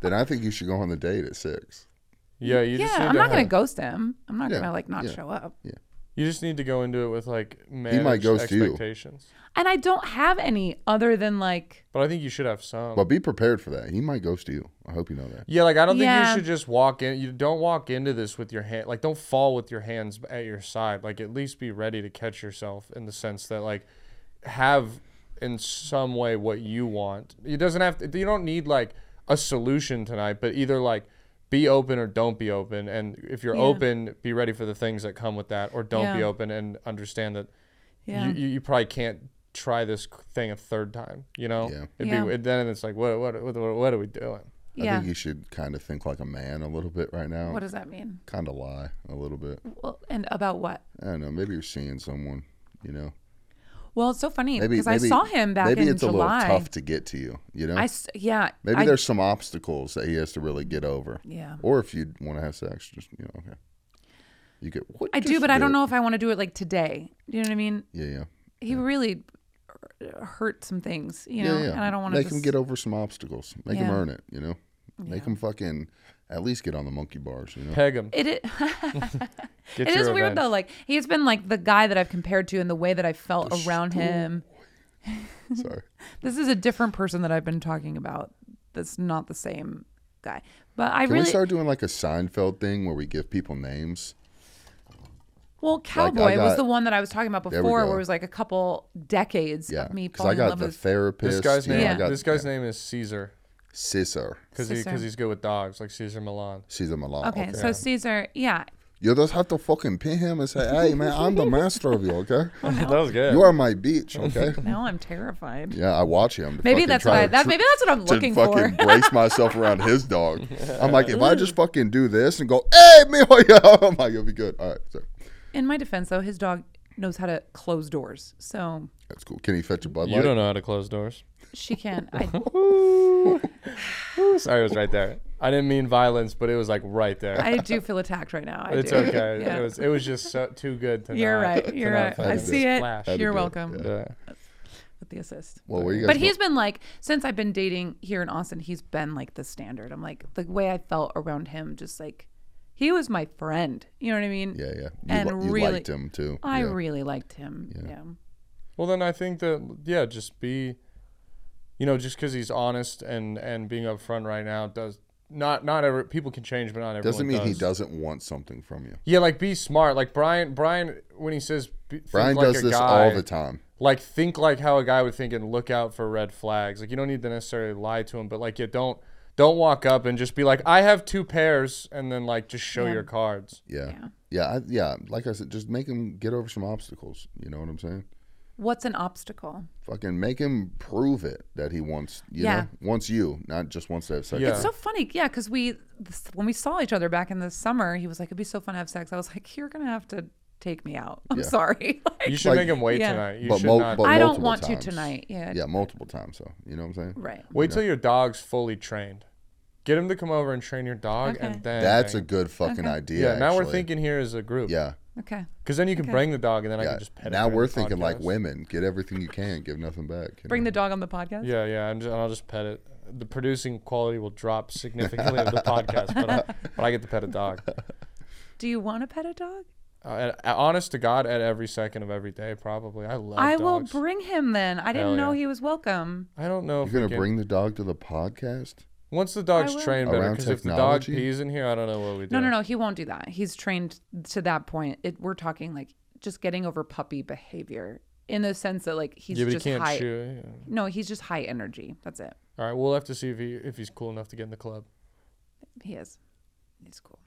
S3: Then I think you should go on the date at six.
S5: Yeah, you just
S4: yeah,
S5: need
S4: I'm
S5: to
S4: not going
S5: have-
S4: to ghost him. I'm not
S3: Yeah,
S4: going to like not
S3: yeah.
S4: show up.
S5: You just need to go into it with like managed
S3: ghost you.
S5: expectations.
S4: And I don't have any other than like,
S5: But I think you should have some.
S3: But be prepared for that. He might ghost you. I hope you know that.
S5: yeah, like I don't think
S4: Yeah.
S5: you should just walk in. You don't walk into this with your hand. Like, don't fall with your hands at your side. Like, at least be ready to catch yourself in the sense that like have in some way what you want. It doesn't have to. You don't need like a solution tonight, but either like. Be open or don't be open. And if you're open, be ready for the things that come with that, or don't be
S4: Yeah.
S5: open and understand that
S4: yeah.
S5: you, you, you probably can't try this c- thing a third time. You know,
S3: Yeah.
S5: it'd
S4: Yeah.
S5: be and then it's like what what what what are we doing?
S3: I
S4: Yeah.
S3: think you should kind of think like a man a little bit right now.
S4: What does that mean?
S3: kind of lie a little bit.
S4: Well, and about what?
S3: I don't know. Maybe you're seeing someone. You know.
S4: Well, it's so funny
S3: Maybe
S4: because
S3: maybe-
S4: I saw him back
S3: maybe
S4: in
S3: it's
S4: July.
S3: a little tough to get to you. You know.
S4: I s- yeah.
S3: maybe
S4: I-
S3: there's some obstacles that he has to really get over.
S4: Yeah.
S3: Or if you want to have sex, just you know, okay. You get what
S4: I do,
S3: just
S4: but I
S3: did.
S4: don't know if I want to do it like today. You know what I mean?
S3: Yeah, yeah.
S4: He really hurt some things, you know,
S3: yeah, yeah.
S4: and I don't want to
S3: make
S4: just
S3: him get over some obstacles. Make him
S4: Yeah.
S3: earn it. You know, make him fucking at least get on the monkey bars. You know,
S5: Peg him.
S4: It i-
S5: Get
S4: it
S5: your
S4: is weird
S5: revenge.
S4: though. Like he's been like the guy that I've compared to and the way that I felt around him.
S3: sorry.
S4: This is a different person that I've been talking about. That's not the same guy. But I
S3: Can
S4: really
S3: we start doing like a Seinfeld thing where we give people names?
S4: well, Cowboy
S3: got-
S4: was the one that I was talking about
S3: we
S4: before,
S3: go.
S4: where it was like a couple decades
S3: Yeah,
S4: of me
S3: because I
S4: falling in
S3: got
S4: love
S3: the
S4: with.
S3: therapist.
S5: This guy's
S3: you know,
S5: name.
S3: I
S4: Yeah.
S3: got-
S5: This guy's name is Caesar
S3: Caesar.
S5: because he
S4: Caesar.
S5: because he's good with dogs, like Caesar Milan.
S3: Caesar Milan.
S4: okay, so Caesar, yeah,
S3: You just have to fucking pin him and say, "Hey, man, I'm the master of you. Okay,
S5: That was good.
S3: you are my beach. Okay."
S4: now I'm terrified.
S3: Yeah, I watch him. to
S4: Maybe
S3: fucking
S4: that's
S3: try
S4: what I,
S3: to
S4: that,
S3: tr-
S4: maybe that's what I'm
S3: to
S4: looking for. Mm.
S3: fucking brace myself around his dog. I'm like, if I just fucking do this and go, hey, me, oh, yeah, I'm like, you'll be good. All right, so
S4: In my defense, though, his dog knows how to close doors, so
S3: that's cool. Can he fetch a Bud
S5: You
S3: Light?
S5: don't know how to close doors.
S4: she can't. I,
S5: Sorry, it was right there. I didn't mean violence, but it was like right there.
S4: I do feel attacked right now. I
S5: it's
S4: do.
S5: okay.
S4: Yeah.
S5: It was it was just so, too good to
S4: You're
S5: not-
S4: right.
S5: to
S4: You're
S5: not
S4: right. I
S5: fucking
S4: see it.
S5: splash.
S4: You're
S3: do it,
S4: welcome
S5: Yeah.
S4: with the assist.
S3: Well, where you guys?
S4: But
S3: go-
S4: he's been like, since I've been dating here in Austin, he's been like the standard. I'm like, the way I felt around him, just like, he was my friend. You know what I mean?
S3: yeah, yeah. You,
S4: and
S3: li- you
S4: really-
S3: liked him too.
S4: I
S3: yeah.
S4: really liked him. Yeah.
S5: Well, then I think that yeah, just be, you know, just because he's honest and and being upfront right now does not not every people can change, but not everyone
S3: Doesn't mean
S5: does.
S3: he doesn't want something from you.
S5: Yeah, like be smart. Like Brian, Brian, when he says be, think
S3: Brian
S5: like
S3: does
S5: a
S3: this
S5: guy,
S3: all the time.
S5: Like think like how a guy would think and look out for red flags. Like you don't need to necessarily lie to him, but like you don't don't walk up and just be like, I have two pairs, and then like just show your cards.
S3: Yeah, yeah, yeah, I, yeah. Like I said, just make him get over some obstacles. You know what I'm saying?
S4: What's an obstacle?
S3: Fucking make him prove it that he wants. You
S4: Yeah.
S3: know, wants you, not just wants to have sex.
S5: Yeah.
S3: with
S4: It's so funny, yeah, because we this, when we saw each other back in the summer, he was like, "It'd be so fun to have sex." I was like, "You're gonna have to take me out. I'm sorry." Like,
S5: You should
S3: Like-
S5: make him wait
S4: Yeah.
S5: tonight. You
S3: But
S5: should
S3: mo-
S5: not.
S3: but-
S4: I don't
S3: multiple
S4: want to
S3: times.
S4: tonight. Yeah.
S3: you. Yeah, multiple times. So you know what I'm saying?
S4: Right.
S5: wait till your dog's fully trained. Get him to come over and train your dog,
S4: Okay.
S5: and then
S3: That's a good fucking idea.
S5: yeah. now we're
S3: actually.
S5: thinking here as a group.
S3: Yeah.
S4: Okay.
S5: because then you can bring the dog, and then I
S3: Yeah.
S5: can just pet. it
S3: Now
S5: during the
S3: we're thinking like
S5: podcast.
S3: women. Get everything you can. Give nothing back. you
S4: Bring
S3: know?
S4: the dog on the podcast.
S5: Yeah, yeah, and, and I'll just pet it. The producing quality will drop significantly of the podcast, but I, but I get to pet a dog.
S4: Do you want to pet a dog?
S5: Uh, at, honest to God, at every second of every day, probably. I love.
S4: I
S5: dogs.
S4: will bring him then. I didn't
S5: Hell
S4: know
S5: yeah.
S4: he was welcome.
S5: I don't know. if
S3: You're
S5: we
S3: gonna
S5: can-
S3: bring the dog to the podcast?
S5: once the dog's
S4: will.
S5: trained better.
S3: Around
S5: Because if the dog
S3: technology?
S5: pees in here, I don't know what we do.
S4: No, no, no. He won't do that. He's trained to that point. It, we're talking like just getting over puppy behavior in the sense that like he's
S5: Yeah, but he
S4: just
S5: can't
S4: high.
S5: chew. yeah.
S4: No, he's just high energy. That's it.
S5: All right, we'll have to see if he if he's cool enough to get in the club.
S4: He is. He's cool.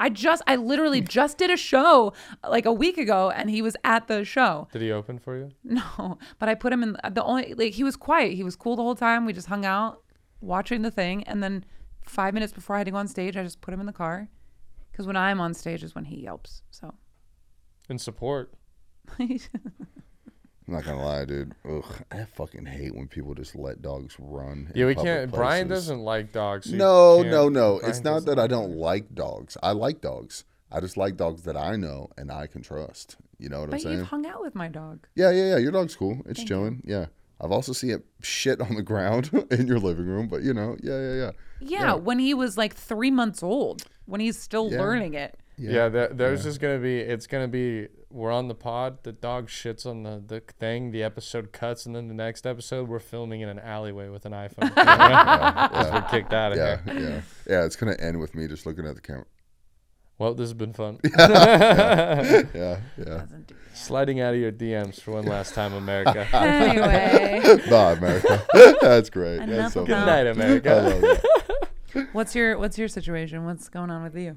S4: I just, I literally just did a show like a week ago, and he was at the show.
S5: Did he open for you?
S4: No, but I put him in uh, the only like he was quiet. He was cool the whole time. We just hung out watching the thing, and then five minutes before I had to go on stage, I just put him in the car because when I'm on stage is when he yelps. So
S5: In support.
S3: I'm not gonna lie, dude. Ugh, I fucking hate when people just let dogs run. in
S5: Yeah, we
S3: public
S5: can't. Brian
S3: places.
S5: doesn't like dogs. so you
S3: No,
S5: can't-
S3: no, no.
S5: Brian
S3: It's not
S5: doesn't
S3: that I
S5: like
S3: don't like dogs. I like dogs. I just like dogs that I know and I can trust. You know what I'm
S4: but
S3: saying?
S4: you've hung out with my dog.
S3: yeah, yeah, yeah. Your dog's cool. It's chilling. Yeah. I've also seen it shit on the ground in your living room, but you know, yeah, yeah, yeah.
S4: Yeah, when he was like three months old, when he's still learning it.
S5: Yeah, there, there's just gonna be it's gonna be we're on the pod, the dog shits on the, the thing, the episode cuts, and then the next episode we're filming in an alleyway with an iPhone. Just get kicked out of
S3: Yeah,
S5: here.
S3: yeah, yeah. It's gonna end with me just looking at the camera.
S5: Well, this has been fun.
S3: Yeah, yeah.
S5: Sliding out of your DMs for one last time, America.
S3: Oh,
S4: Anyway,
S3: Bye, America. That's great. That's
S4: Enough
S3: so
S5: Good
S3: funny.
S5: night,
S3: I
S5: America.
S3: love that.
S4: what's your what's your situation? What's going on with you?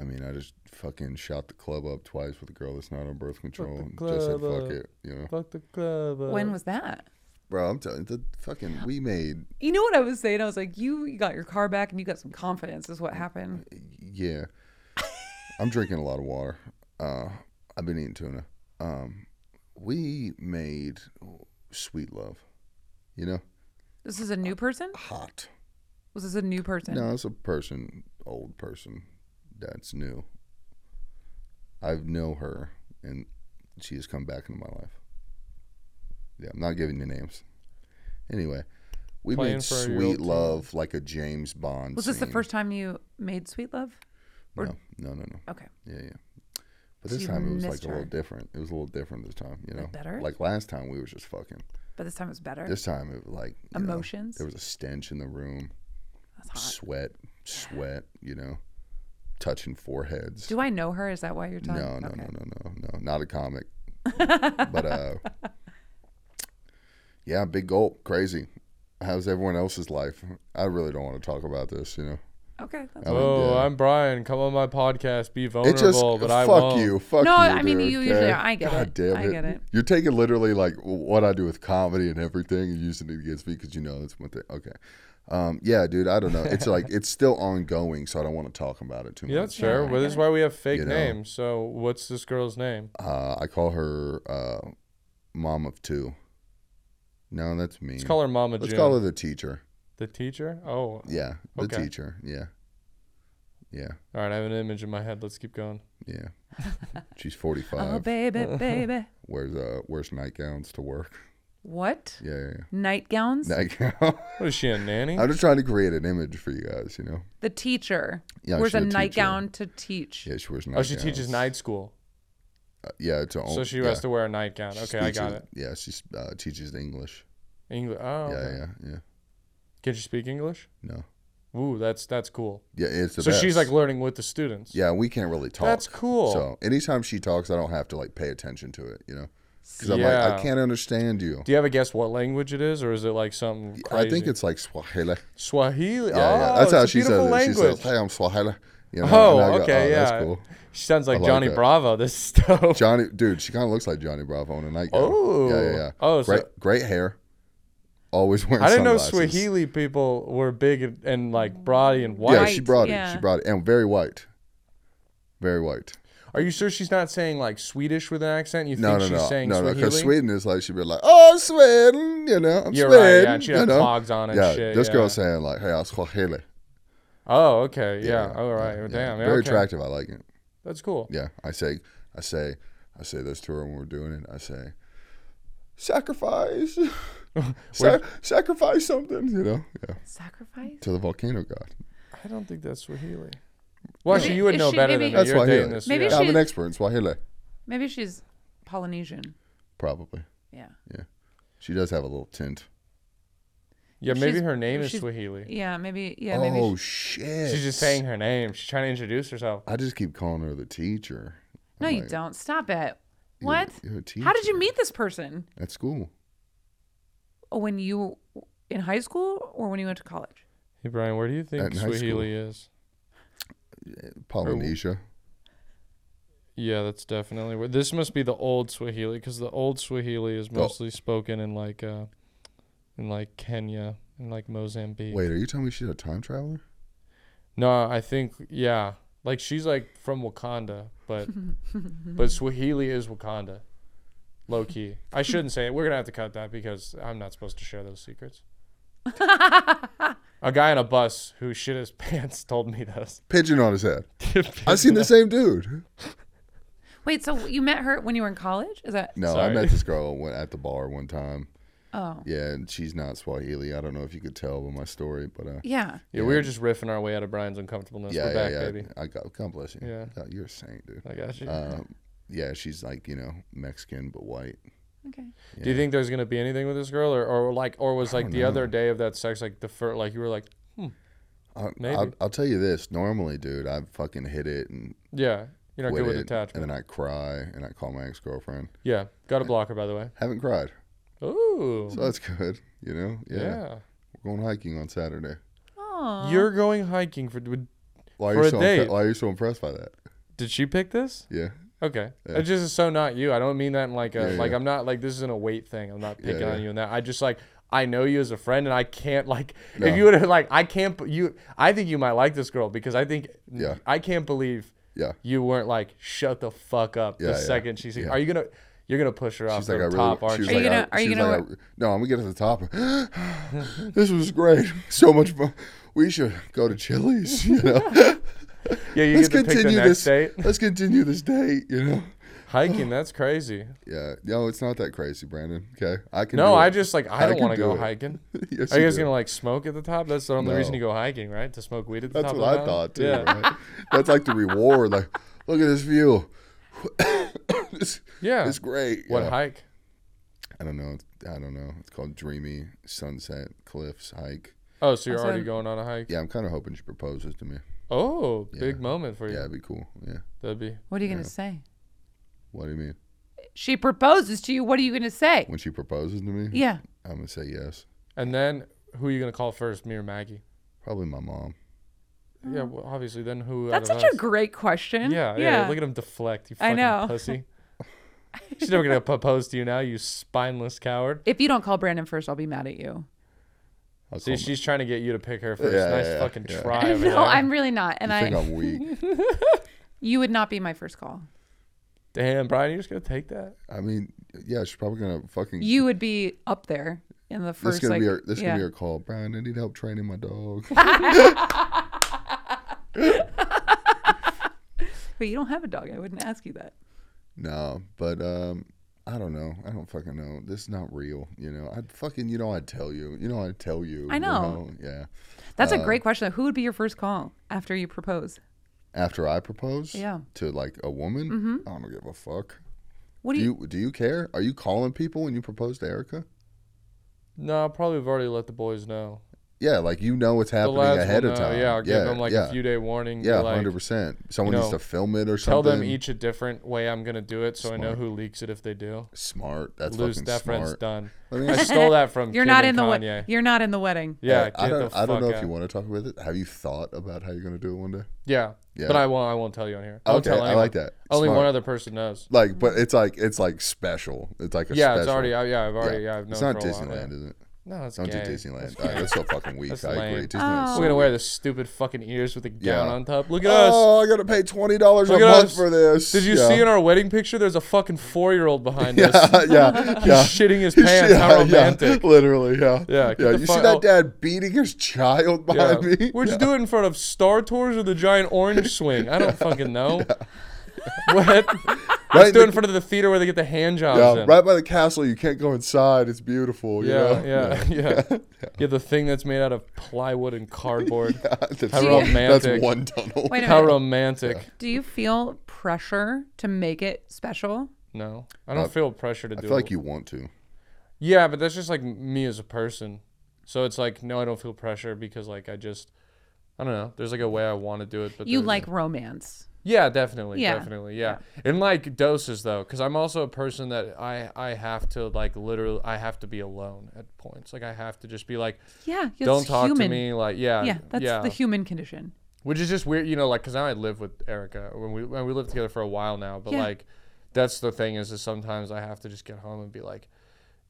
S3: I mean, I just fucking shot the club up twice with a girl that's not on birth control.
S5: the
S3: just said
S5: club
S3: fuck
S5: up."
S3: it, you know.
S5: Fuck the club.
S4: When was that?
S3: bro. I'm telling you, the fucking we made.
S4: You know what I was saying? I was like, you, you got your car back and you got some confidence, is what happened.
S3: Yeah, I'm drinking a lot of water. Uh, I've been eating tuna. Um, we made sweet love. You know,
S4: This is a new person?
S3: hot.
S4: Was this a new person?
S3: No, it's a person, old person, that's new. I know her, and she has come back into my life. Yeah, I'm not giving you names. Anyway, we
S5: Playing
S3: made
S5: for your old
S3: sweet
S5: team.
S3: love like a James Bond.
S4: Was this the
S3: scene.
S4: first time you made sweet love?
S3: No, no, no, no.
S4: Okay.
S3: Yeah, yeah. But
S4: So
S3: this
S4: you
S3: time it was like
S4: missed
S3: a little
S4: her.
S3: different. It was a little different this time, you know.
S4: better?
S3: Like last time, we were just fucking.
S4: But this time it was better.
S3: This time it was like you know,
S4: Emotions?
S3: there was a stench in the room.
S4: That's hot.
S3: sweat, sweat, you know, touching foreheads.
S4: Do I know her? Is that why you're
S3: no,
S4: talking?
S3: no, no,
S4: okay.
S3: no, no, no, not a comic. but uh, yeah, big gulp, crazy. How's everyone else's life? I really don't want to talk about this, you know.
S4: Okay. That's
S3: I mean,
S5: Oh,
S3: yeah.
S5: I'm Brian. Come on my podcast. Be
S3: It
S5: vulnerable,
S3: just
S5: but I
S3: fuck
S5: won't.
S3: you, fuck
S4: No,
S3: you.
S4: I mean,
S3: dude,
S4: you usually
S3: okay?
S4: are. I get
S3: God
S4: it.
S3: Damn
S4: I
S3: it.
S4: get it.
S3: You're taking literally like what I do with comedy and everything and using it against me because you know that's one thing. Okay, um, yeah, dude, I don't know. It's like it's still ongoing, so I don't want to talk about it too much.
S5: Yeah, sure.
S4: I
S5: well,
S4: get
S5: this is
S4: it.
S5: why we have fake
S3: You know.
S5: names. So, what's this girl's name?
S3: Uh, I call her uh, mom of two. No, that's me.
S5: Let's call her Mama
S3: Let's
S5: June.
S3: call her the teacher.
S5: the teacher. Oh,
S3: Yeah, the
S5: Okay.
S3: teacher. Yeah, yeah,
S5: all right. I have an image in my head. Let's keep going.
S3: yeah. She's forty
S4: Oh,
S3: five.
S4: baby, baby.
S3: wears uh wears nightgowns to work.
S4: What?
S3: Yeah, yeah,
S4: Nightgowns?
S3: yeah. nightgown.
S5: What is she a nanny?
S3: I'm just trying to create an image for you guys. You know.
S4: The teacher
S3: Yeah,
S4: wears
S3: she
S4: a
S3: a teacher.
S4: nightgown to teach.
S3: Yeah, she wears
S5: Oh,
S3: nightgowns.
S5: she teaches night school,
S3: Uh, yeah, to all,
S5: so she
S3: yeah.
S5: has to wear a nightgown.
S3: She
S5: Okay, I got
S3: teaches-
S5: it.
S3: Yeah, she uh, teaches English.
S5: English. Oh,
S3: yeah,
S5: okay.
S3: yeah, yeah.
S5: Can she speak English?
S3: No.
S5: Ooh, that's that's cool.
S3: Yeah, it's the
S5: so she's
S3: best.
S5: like learning with the students.
S3: Yeah, we can't really talk.
S5: That's cool.
S3: So anytime she talks, I don't have to like pay attention to it, you know, because I'm like,
S5: Yeah.
S3: I can't understand you.
S5: Do you have a guess what language it is, or is it like something? Crazy?
S3: I think it's like Swahili.
S5: Swahili.
S3: Yeah, yeah. That's
S5: oh,
S3: how
S5: it's a
S3: she says
S5: beautiful
S3: it.
S5: language.
S3: She says, "Hey, I'm Swahili." You know,
S5: Oh,
S3: and I go,
S5: okay,
S3: "Oh,
S5: yeah.
S3: That's cool.
S5: She sounds like
S3: I like
S5: Johnny
S3: that.
S5: Bravo. This stove.
S3: Johnny, dude, she kind of looks like Johnny Bravo in a nightgown.
S5: Oh.
S3: yeah, yeah, yeah.
S5: Oh, so-
S3: great, great hair. Always wearing.
S5: I didn't know
S3: sunglasses.
S5: Swahili people were big and, and like broady and white.
S3: Yeah, she
S4: White,
S3: brought it.
S4: yeah.
S3: She brought it, and very white. Very white.
S5: Are you sure she's not saying like Swedish with an accent? You
S3: No,
S5: think
S3: no,
S5: she's
S3: no,
S5: saying
S3: no, no.
S5: Swahili?
S3: Because Sweden is like she'd be like, "Oh, Sweden," you know. I'm
S5: You're right,
S3: Sweden,
S5: yeah, and she'd
S3: you
S5: have
S3: know?
S5: clogs on and
S3: yeah,
S5: shit,
S3: This
S5: yeah.
S3: girl's saying like, "Hey, I'm Swahili."
S5: Oh, okay. Yeah. all right. well, Damn. Yeah,
S3: Very
S5: okay.
S3: attractive. I like it.
S5: That's cool.
S3: Yeah, I say, I say, I say this to her when we're doing it. I say, sacrifice, Sa- sacrifice something, you know, yeah,
S4: Sacrifice?
S3: to the volcano god.
S5: I don't think that's Swahili. Well, actually, you would
S4: is
S5: know
S4: she
S5: better
S4: maybe-
S5: than me.
S3: That's
S5: You're dating
S3: Swahili.
S5: this.
S4: Maybe
S5: yeah.
S4: she-
S3: I'm an expert in Swahili,
S4: Maybe she's Polynesian.
S3: probably.
S4: Yeah.
S3: She does have a little tint.
S5: yeah, maybe
S4: she's-
S5: her name is
S4: she's-
S5: Swahili.
S4: Yeah, maybe. Yeah, maybe.
S3: oh
S4: she-
S3: shit!
S5: She's just saying her name. She's trying to introduce herself.
S3: I just keep calling her the teacher.
S4: no,
S3: I'm
S4: you
S3: like,
S4: don't. Stop it.
S3: oh "You're-
S4: What?
S3: You're a teacher.
S4: How did you meet this person?
S3: At school.
S4: Oh, When you in high school or when you went to college?
S5: Hey, Brian, where do you think
S3: At in high
S5: Swahili is?
S3: Polynesia.
S5: Yeah, that's definitely where. This must be the old Swahili because the old Swahili
S3: Oh.
S5: is mostly spoken in like, uh, in like Kenya and like Mozambique.
S3: Wait, are you telling me she's a time traveler?
S5: No, I think yeah. Like she's like from Wakanda, but but Swahili is Wakanda. Low key. I shouldn't say it. We're gonna have to cut that because I'm not supposed to share those secrets. a guy on a bus who shit his pants told me this.
S3: Pigeon on his head. I seen the same dude.
S4: Wait, so you met her when you were in college? Is that?
S3: No, I
S5: Sorry.
S3: met this girl when- at the bar one time.
S4: Oh,
S3: Yeah, and she's not Swahili. I don't know if you could tell by my story, but uh,
S4: yeah.
S5: Yeah, we were just riffing our way out of Brian's uncomfortableness.
S3: yeah,
S5: we're
S3: yeah,
S5: back,
S3: yeah.
S5: baby.
S3: I got God bless you.
S5: Yeah.
S3: God, you're a saint, dude.
S5: I got you.
S3: Um, yeah, she's like you know Mexican but white.
S4: Okay.
S5: Do you think there's gonna be anything with this girl, or, or like, or was like the other day of that sex, like the first, like you were like,
S3: I,
S5: Maybe.
S3: I'll, I'll tell you this. Normally, dude, I fucking hit it and
S5: yeah, you're not
S3: quit
S5: good with
S3: it, and
S5: attachment.
S3: then I cry and I call my ex girlfriend.
S5: yeah, got a blocker by the way.
S3: Haven't cried,
S5: Ooh,
S3: so that's good. You know, yeah.
S5: yeah.
S3: We're going hiking on Saturday.
S4: Oh.
S5: You're going hiking for. would-
S3: Why are
S5: For
S3: you
S5: a
S3: so
S5: date.
S3: Why are you so impressed by that?
S5: Did she pick this?
S3: Yeah.
S5: Okay. It just is so not you. I don't mean that in like a
S3: Yeah,
S5: like
S3: yeah.
S5: I'm not like this isn't a weight thing. I'm not picking
S3: yeah.
S5: on you and that. I just like I know you as a friend and I can't like
S3: No.
S5: if you would have like I can't b- you I think you might like this girl because I think
S3: Yeah.
S5: I can't believe
S3: Yeah.
S5: you weren't like shut the fuck up
S3: Yeah,
S5: the
S3: yeah.
S5: second she's are you gonna you're gonna push her off
S3: She's like, I
S5: the
S3: really.
S5: top,
S3: she was
S5: aren't you?
S3: like,
S4: you
S3: I-
S4: gonna- are you
S3: she was
S4: gonna
S3: like, I- no, I'm gonna get to the top. this was great. So much fun. We should go to Chili's. You know.
S5: yeah, you
S3: let's
S5: get to pick the
S3: continue
S5: next
S3: this.
S5: date.
S3: Let's continue this date. You know.
S5: Hiking, that's crazy.
S3: Yeah. No, it's not that crazy, Brandon. Okay. I can. do
S5: No, I
S3: it.
S5: just like I, don't
S3: can
S5: want to
S3: do
S5: go
S3: it.
S5: hiking.
S3: Yes,
S5: Are you
S3: you
S5: guys
S3: do.
S5: gonna like smoke at the top? That's the only reason
S3: No.
S5: you go hiking, right? To smoke weed at the
S3: That's
S5: top.
S3: what
S5: of the
S3: I
S5: mountain?
S3: thought too.
S5: Yeah.
S3: Right? That's like the reward. Like, look at this view. It's-
S5: Yeah.
S3: It's great.
S5: What
S3: Yeah.
S5: hike?
S3: I don't know. I don't know. It's called Dreamy Sunset Cliffs Hike.
S5: Oh, so you're
S4: I
S5: already
S4: said-
S5: going on a hike?
S3: Yeah, I'm kind of hoping she proposes to me.
S5: Oh, big moment for you.
S3: Yeah, it'd be cool. Yeah.
S5: That'd be.
S4: What are you gonna say?
S3: What do you mean?
S4: She proposes to you. What are you gonna say?
S3: When she proposes to me,
S4: Yeah.
S3: I'm gonna say yes.
S5: And then who are you gonna call first, me or Maggie?
S3: Probably my mom.
S5: Yeah, well, obviously. Then who?
S4: Mm. That's
S5: out of
S4: such a
S5: us?
S4: great question.
S5: Yeah, yeah, Look at him deflect. You
S4: I
S5: fucking
S4: know.
S5: pussy. She's never gonna propose to you now, you spineless coward.
S4: if you don't call Brandon first, I'll be mad at you.
S3: I'll
S5: See,
S3: call
S5: she's trying to get you to pick her first.
S3: Yeah,
S5: nice
S3: yeah,
S5: fucking
S3: yeah.
S5: try. Over
S4: no,
S5: there.
S4: I'm really not. And
S3: my, I think
S4: I,
S3: I'm weak.
S4: you would not be my first call.
S5: Damn, Brian, you're just gonna take that.
S3: I mean, yeah, she's probably gonna fucking.
S4: You would be up there in the
S3: this
S4: first.
S3: is gonna
S4: like,
S3: be her. This is
S4: yeah.
S3: gonna be her call. Brian, I need help training my dog.
S4: But you don't have a dog. I wouldn't ask you that.
S3: no, but um, I don't know. I don't fucking know. This is not real. You know, I'd fucking. You know, I'd tell you. You know, I'd tell you.
S4: I
S3: you
S4: know.
S3: Yeah.
S4: That's
S3: Uh,
S4: a great question. Who would be your first call after you propose?
S3: After I propose.
S4: Yeah.
S3: To like a woman. Mm-hmm. I don't give a fuck.
S4: What
S3: Do
S4: do you?
S3: you do you care? Are you calling people when you propose to Erica?
S5: No, I probably have already let the boys know.
S3: Yeah, like you know what's
S5: The
S3: happening
S5: lads will
S3: ahead of
S5: know.
S3: time.
S5: uh, Yeah, I'll give them like a few day warning.
S3: Yeah,
S5: like,
S3: hundred percent. Someone
S5: you
S3: needs
S5: know,
S3: to film it or something.
S5: Tell them each a different way I'm gonna do it, so I know
S3: Smart.
S5: who leaks it if they do.
S3: smart. That's
S5: Lose
S3: fucking
S5: that friend's
S3: smart.
S5: done.
S3: Let me
S5: I
S3: ask-
S5: stole that from.
S4: You're
S5: Kim
S4: not
S5: and
S4: in the
S5: Kanye.
S4: wedding. You're not in the wedding.
S5: Yeah,
S3: I
S5: get the
S3: don't. I don't know
S5: fuck
S3: if you
S5: out.
S3: want to talk about it. Have you thought about how you're gonna do it one day?
S5: Yeah,
S3: Yeah.
S5: but I won't. I won't tell you on here. Don't
S3: Okay,
S5: tell
S3: I
S5: anyone.
S3: like that.
S5: Only
S3: Smart.
S5: one other person knows.
S3: Like, but it's like it's like special. It's like a
S5: yeah,
S3: Special.
S5: it's already. I- Yeah, I've already. Yeah, I've known
S3: it's not
S5: for a while, yeah.
S3: Disneyland, is it?
S5: No, it's
S3: Don't
S5: gay.
S3: do Disneyland. All right, that's so fucking weak.
S5: That's
S3: I agree.
S5: lame.
S3: Disneyland's so
S4: Oh.
S5: We're gonna
S3: weak.
S5: wear the stupid fucking ears with the gown
S3: Yeah.
S5: on top. Look at us.
S3: Oh, I gotta pay twenty dollars a
S5: Look at
S3: month
S5: us.
S3: for this.
S5: Did you
S3: yeah.
S5: see in our wedding picture? There's a fucking four-year-old behind us.
S3: yeah, yeah,
S5: He's
S3: yeah.
S5: shitting his pants. How romantic.
S3: Yeah, literally, yeah.
S5: Yeah, get the
S3: You
S5: fu-
S3: see that
S5: oh.
S3: dad beating his child
S5: Yeah.
S3: behind me?
S5: What'd you do it in front of Star Tours or the giant orange swing? I don't fucking know. What? Let's
S3: Right in
S5: do it
S3: the-
S5: in front of the theater where they get the hand jobs
S3: Yeah,
S5: in.
S3: right by the castle. You can't go inside. It's beautiful. you
S5: Yeah,
S3: know?
S5: yeah, yeah, yeah. the thing that's made out of plywood and cardboard.
S3: that's,
S5: How
S3: That's
S5: romantic.
S3: one tunnel.
S4: Wait a
S5: How
S4: minute.
S5: romantic.
S4: Do you feel pressure to make it special?
S5: No, I don't feel pressure to
S3: I
S5: do
S3: feel
S5: it.
S3: like you want to.
S5: Yeah, but that's just like me as a person. So it's like no, I don't feel pressure because like I just, I don't know. There's like a way I want to do it, but
S4: You
S5: there's-
S4: like romance.
S5: Yeah, definitely,
S4: Yeah.
S5: definitely, yeah. In like doses though, because I'm also a person that I I have to like literally I have to be alone at points. Like I have to just be like,
S4: Yeah. it's
S5: don't talk
S4: human.
S5: to me. Like yeah,
S4: Yeah, that's the human condition.
S5: which is just weird, you know, like because now I live with Erica when we when we lived together for a while now, but
S4: Yeah.
S5: like that's the thing is, is sometimes I have to just get home and be like,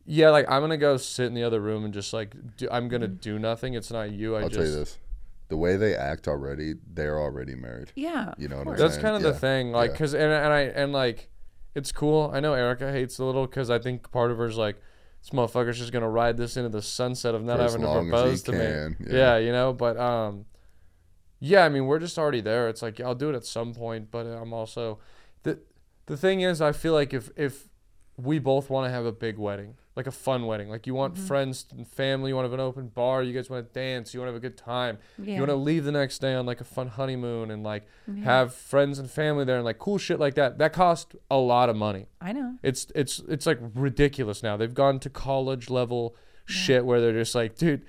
S5: yeah, like I'm gonna go sit in the other room and just like do, I'm gonna
S4: Mm-hmm.
S5: do nothing. It's not you. I
S3: I'll
S5: just
S3: tell you this: the way they act already, they're already married.
S4: Yeah.
S3: You know what
S4: of
S3: I'm
S4: course.
S5: that's
S3: saying?
S5: kind of
S3: Yeah,
S5: the thing, like
S3: yeah.
S5: because and and I and like it's cool. I know Erica hates it a little because I think part of her's like. This motherfucker's just gonna ride this into the sunset of not
S3: For as
S5: having to
S3: long as he
S5: propose to
S3: can,
S5: me.
S3: yeah.
S5: yeah, you know, but um, Yeah, I mean, we're just already there. It's like I'll do it at some point, but I'm also the the thing is, I feel like if if we both want to have a big wedding, like a fun wedding, like you want friends and family, you want to have an open bar, you guys want to dance, you want to have a good time,
S4: Yeah.
S5: you want to leave the next day on like a fun honeymoon and like have friends and family there and like cool shit like that. That costs a lot of money.
S4: I know.
S5: It's it's it's like ridiculous now. They've gone to college level shit where they're just like, dude,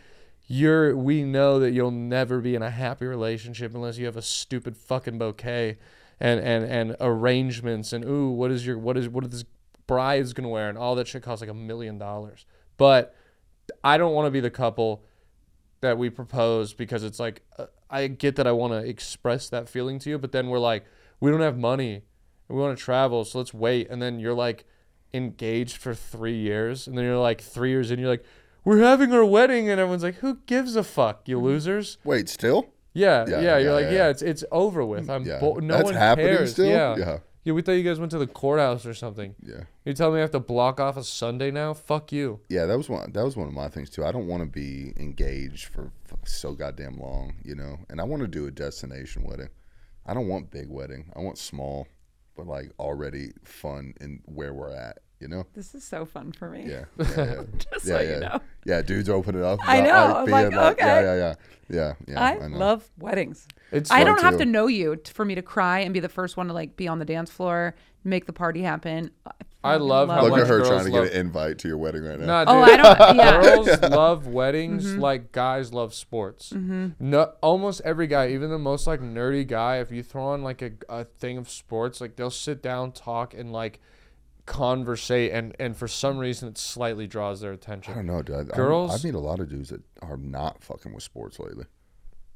S5: you're we know that you'll never be in a happy relationship unless you have a stupid fucking bouquet and and and arrangements and ooh, what is your what is what is this bride's gonna wear and all that shit costs like a million dollars. But I don't want to be the couple that we propose because it's like uh, I get that I want to express that feeling to you, but then we're like, we don't have money, we want to travel, so let's wait. And then you're like engaged for three years, and then you're like three years in, you're like, we're having our wedding, and everyone's like, who gives a fuck, you losers?
S3: Wait, still?
S5: Yeah,
S3: Mm-hmm. Yeah,
S5: yeah.
S3: yeah,
S5: you're like,
S3: yeah,
S5: yeah,
S3: yeah.
S5: it's it's over with. I'm
S3: Yeah.
S5: bo- no
S3: That's
S5: one
S3: happening
S5: cares.
S3: still?
S5: Yeah.
S3: Yeah.
S5: yeah, We thought you guys went to the courthouse or something.
S3: Yeah.
S5: You telling me I have to block off a Sunday now? Fuck you.
S3: Yeah, that was one. That was one of my things too. I don't want to be engaged for f- so goddamn long, you know. And I want to do a destination wedding. I don't want big wedding. I want small, but like already fun and where we're at, you know.
S4: This is so fun for me.
S3: Yeah, yeah, yeah.
S4: Just
S3: yeah,
S4: so you
S3: yeah.
S4: know.
S3: Yeah, dudes open it up.
S4: I
S3: about,
S4: know. I'm
S3: being
S4: like,
S3: Yeah,
S4: okay.
S3: yeah, yeah, yeah, yeah.
S4: I,
S3: know.
S4: love weddings.
S5: It's
S4: I
S5: fun,
S4: don't have
S3: too.
S4: to know you t- for me to cry and be the first one to like be on the dance floor, make the party happen.
S5: I love how
S3: Look
S5: much
S3: at her
S5: girls
S3: trying to
S5: love-
S3: get an invite to your wedding right now.
S5: Nah,
S4: Oh,
S5: dude.
S4: I don't- yeah. Mm-hmm.
S5: Girls love weddings like guys love sports. No, almost every guy, even the most like nerdy guy, if you throw on like a, a thing of sports, like they'll sit down, talk, and like conversate, and and for some reason it slightly draws their attention.
S3: I don't know, dude. I-
S5: Girls-
S3: I meet a lot of dudes that are not fucking with sports lately.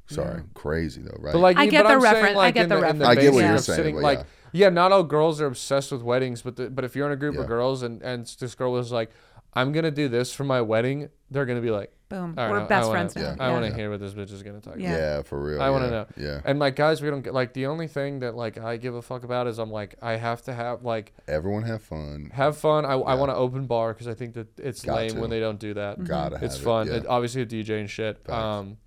S3: Sorry, crazy though, right?
S5: But like,
S4: I
S5: you-
S4: get
S5: but
S4: the
S5: I'm saying,
S4: reference- I
S5: like,
S4: get
S5: in
S4: the
S5: in
S3: reference. I get what
S5: basic
S3: you're
S5: of
S3: saying,
S5: sitting,
S3: but
S5: like,
S3: yeah.
S5: yeah, not all girls are obsessed with weddings, but the, but if you're in a group
S3: Yeah.
S5: of girls and and this girl was like, I'm gonna do this for my wedding, they're gonna be like,
S4: Boom.
S5: "All right,
S4: We're
S5: I- I
S4: best
S5: wanna-
S4: friends now.
S5: I
S4: Yeah.
S5: want to hear what this bitch is gonna talk. about.
S4: Yeah.
S3: yeah. for real.
S5: I want
S3: Oh, yeah,
S5: to know.
S3: Yeah,
S5: And like guys, we don't get like the only thing that like I give a fuck about is I'm like I have to have like
S3: everyone have fun.
S5: have fun. I, I want to open bar because I think that it's
S3: Got
S5: lame
S3: to.
S5: when they don't do that.
S3: Gotta have
S5: it's
S3: it,
S5: fun.
S3: yeah.
S5: It- obviously a DJ and shit. Um,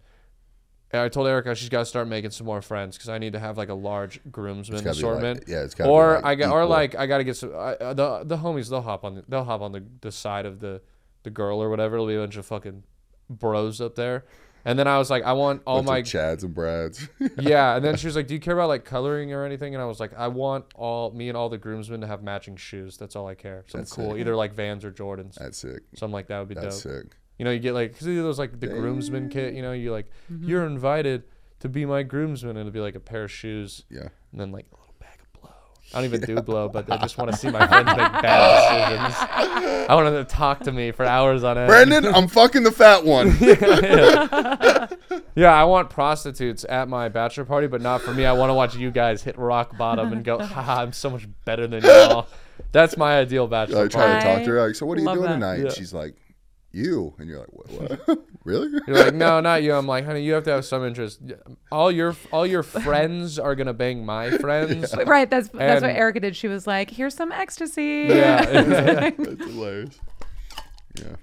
S5: and I told Erica she's got to start making some more friends because I need to have like a large
S3: gotta
S5: groomsman
S3: be like-
S5: assortment.
S3: yeah, it's gotta be,
S5: or
S3: like,
S5: I got or
S3: equal.
S5: like I got to get some. I, uh, the the homies they'll hop on the, they'll hop on the, the side of the the girl or whatever. It'll be a bunch of fucking bros up there. And then I was like, I want all
S3: Bunch of
S5: my
S3: Chads and Brads.
S5: yeah, and then she was like, "Do you care about like coloring or anything?" And I was like, "I want all me and all the groomsmen to have matching shoes. That's all I care. Something
S3: That's
S5: cool,
S3: sick.
S5: either like Vans or Jordans,
S3: That's sick.
S5: something like that would be
S3: That's
S5: dope.
S3: sick.
S5: You know, you get like cause those like the groomsmen kit. You know, you like you're invited to be my groomsman, and it'd be like a pair of shoes,
S3: Yeah.
S5: and then like a little bag of blow. I don't even do blow, but I just want to see my friends make bad decisions. I want them to talk to me for hours on end.
S3: Brandon, I'm fucking the fat one.
S5: Yeah, I want prostitutes at my bachelor party, but not for me. I want to watch you guys hit rock bottom and go, haha, I'm so much better than y'all. That's my ideal bachelor
S3: I try to
S5: party.
S3: talk to her. Like, so what are you
S4: Love
S3: doing
S4: that.
S3: tonight?
S5: Yeah.
S3: She's like, you. And you're like, what? what? really?
S5: You're like, no, not you. I'm like, honey, you have to have some interest. All your all your friends are gonna bang my friends.
S4: But, right. That's that's what
S5: And-
S4: Erica did. She was like, "Here's some ecstasy."
S5: Yeah.
S3: That's hilarious. Yeah.
S5: Mm.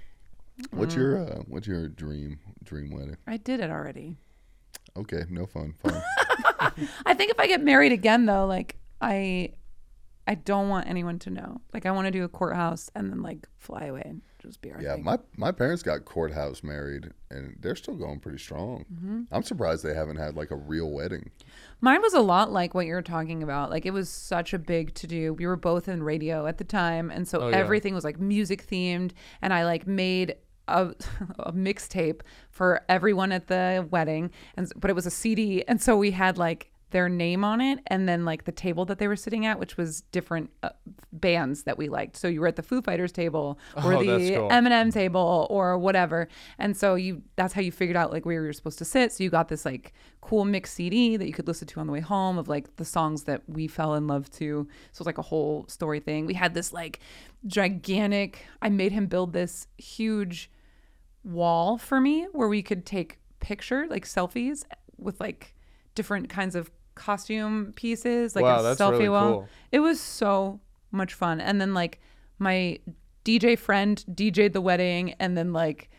S3: What's your uh, What's your dream dream wedding?
S4: I did it already.
S3: Okay, no fun. Fine.
S4: I think if I get married again, though, like I, I don't want anyone to know. Like I want to do a courthouse and then like fly away and just be our
S3: Yeah,
S4: thing.
S3: my my parents got courthouse married, and they're still going pretty strong.
S4: Mm-hmm.
S3: I'm surprised they haven't had like a real wedding.
S4: Mine was a lot like what you're talking about. Like it was such a big to do. We were both in radio at the time, and so
S5: Oh, yeah.
S4: everything was like music themed. And I like made a, a mixtape for everyone at the wedding, and s- but it was a CD, and so we had like their name on it and then like the table that they were sitting at which was different uh, bands that we liked so you were at the foo fighters table or
S5: Oh, that's
S4: the
S5: cool.
S4: m&m table or whatever and so you that's how you figured out like where you were supposed to sit so you got this like cool mix cd that you could listen to on the way home of like the songs that we fell in love to so it was like a whole story thing we had this like gigantic i made him build this huge wall for me where we could take picture like selfies with like different kinds of costume pieces like
S5: Wow,
S4: a
S5: that's
S4: selfie
S5: really
S4: wall
S5: cool.
S4: it was so much fun and then like my dj friend dj'd the wedding and then like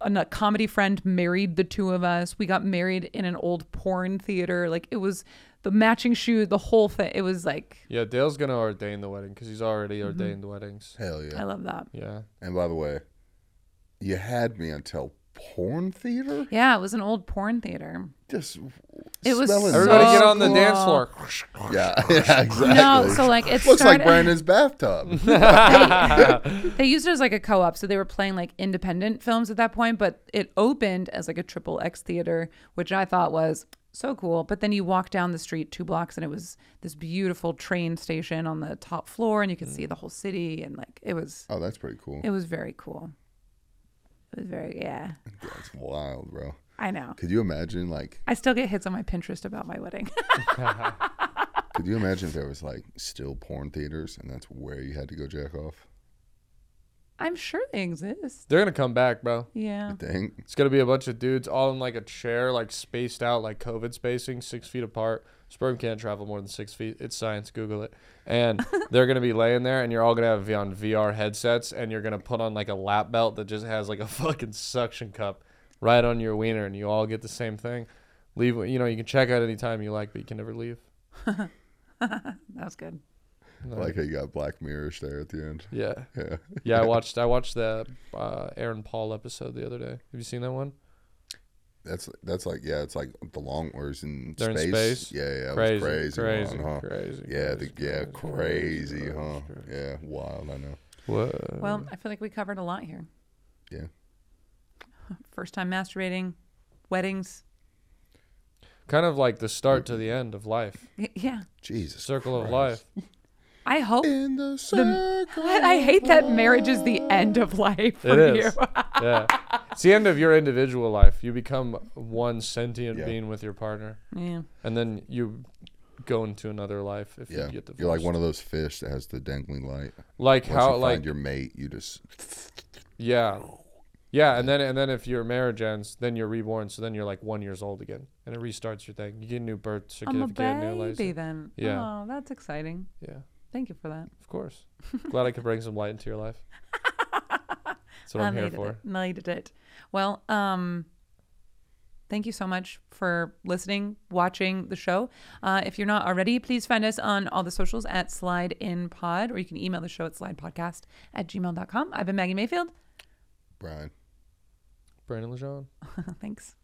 S4: an- a comedy friend married the two of us we got married in an old porn theater like it was the matching shoe the whole thing it was like
S5: yeah, Dale's gonna ordain the wedding because he's already ordained weddings.
S3: Hell yeah.
S4: i love that
S5: Yeah.
S3: And by the way, you had me until porn theater.
S4: yeah it was an old porn theater
S3: Just
S4: It was
S3: smelling
S4: so
S5: Everybody get on the
S4: cool.
S5: dance floor.
S3: yeah, yeah, exactly.
S4: no so like it
S3: looks like
S4: started-
S3: Brandon's bathtub.
S4: they used it as like a co-op so they were playing like independent films at that point but it opened as like a triple x theater which i thought was so cool but then you walk down the street two blocks and it was this beautiful train station on the top floor and you could see the whole city and like it was
S3: oh, that's pretty cool.
S4: it was very cool it was very yeah
S3: That's wild, bro.
S4: i know
S3: Could you imagine like
S4: i still get hits on my pinterest about my wedding
S3: could Could you imagine if there was like still porn theaters and that's where you had to go jack off?
S4: I'm sure they exist.
S5: They're gonna come back, bro.
S4: Yeah.
S3: Dang.
S5: It's gonna be a bunch of dudes all in like a chair, like spaced out, like COVID spacing, six feet apart. Sperm can't travel more than six feet. It's science. Google it. And they're gonna be laying there, and you're all gonna have on VR headsets, and you're gonna put on like a lap belt that just has like a fucking suction cup right on your wiener, and you all get the same thing. Leave. You know, you can check out anytime you like, but you can never leave.
S4: That was good.
S3: I like how you got black mirrors there at the end.
S5: Yeah.
S3: Yeah.
S5: Yeah. I watched. I watched the uh, Aaron Paul episode the other day. Have you seen that one?
S3: That's that's like yeah, it's like the long or it's in,
S5: They're in
S3: space.
S5: space?
S3: Yeah, yeah, it
S5: Crazy,
S3: was
S5: crazy,
S3: crazy, long, huh?
S5: crazy,
S3: Yeah, the,
S5: crazy,
S3: yeah,
S5: crazy,
S3: crazy,
S5: crazy,
S3: huh? Yeah, wild. I know.
S5: What?
S4: Well, I feel like we covered a lot here.
S3: Yeah,
S4: First time masturbating, weddings.
S5: Kind of like the start to the end of life.
S4: Y- Yeah.
S3: Jesus.
S5: Circle of
S3: Christ.
S5: life.
S4: I hope.
S3: In the circle.
S4: I, I hate that marriage is the end of life for
S5: It is.
S4: you.
S5: yeah. It's the end of your individual life. You become one sentient
S3: Yeah.
S5: being with your partner.
S4: yeah.
S5: And then you go into another life if
S3: Yeah,
S5: you get divorced.
S3: you're like one of those fish that has the dangling light.
S5: like
S3: Once
S5: how
S3: you
S5: like
S3: find your mate, you just
S5: yeah. Yeah, and then and then if your marriage ends, then you're reborn. So then you're like one years old again, and it restarts your thing. You get a new birth
S4: I'm a
S5: certificate, new
S4: baby
S5: license.
S4: then.
S5: Yeah.
S4: Oh, that's exciting.
S5: Yeah,
S4: Thank you for that.
S5: of course. Glad I could bring some light into your life. That's what
S4: I
S5: I'm here
S4: needed
S5: for.
S4: it. Needed it. Well, um, thank you so much for listening, watching the show. Uh, if you're not already, please find us on all the socials at Slide In Pod, or you can email the show at slidepodcast at gmail.com. I've been Maggie Mayfield.
S3: Brian.
S5: Brandon Lejean.
S4: Thanks.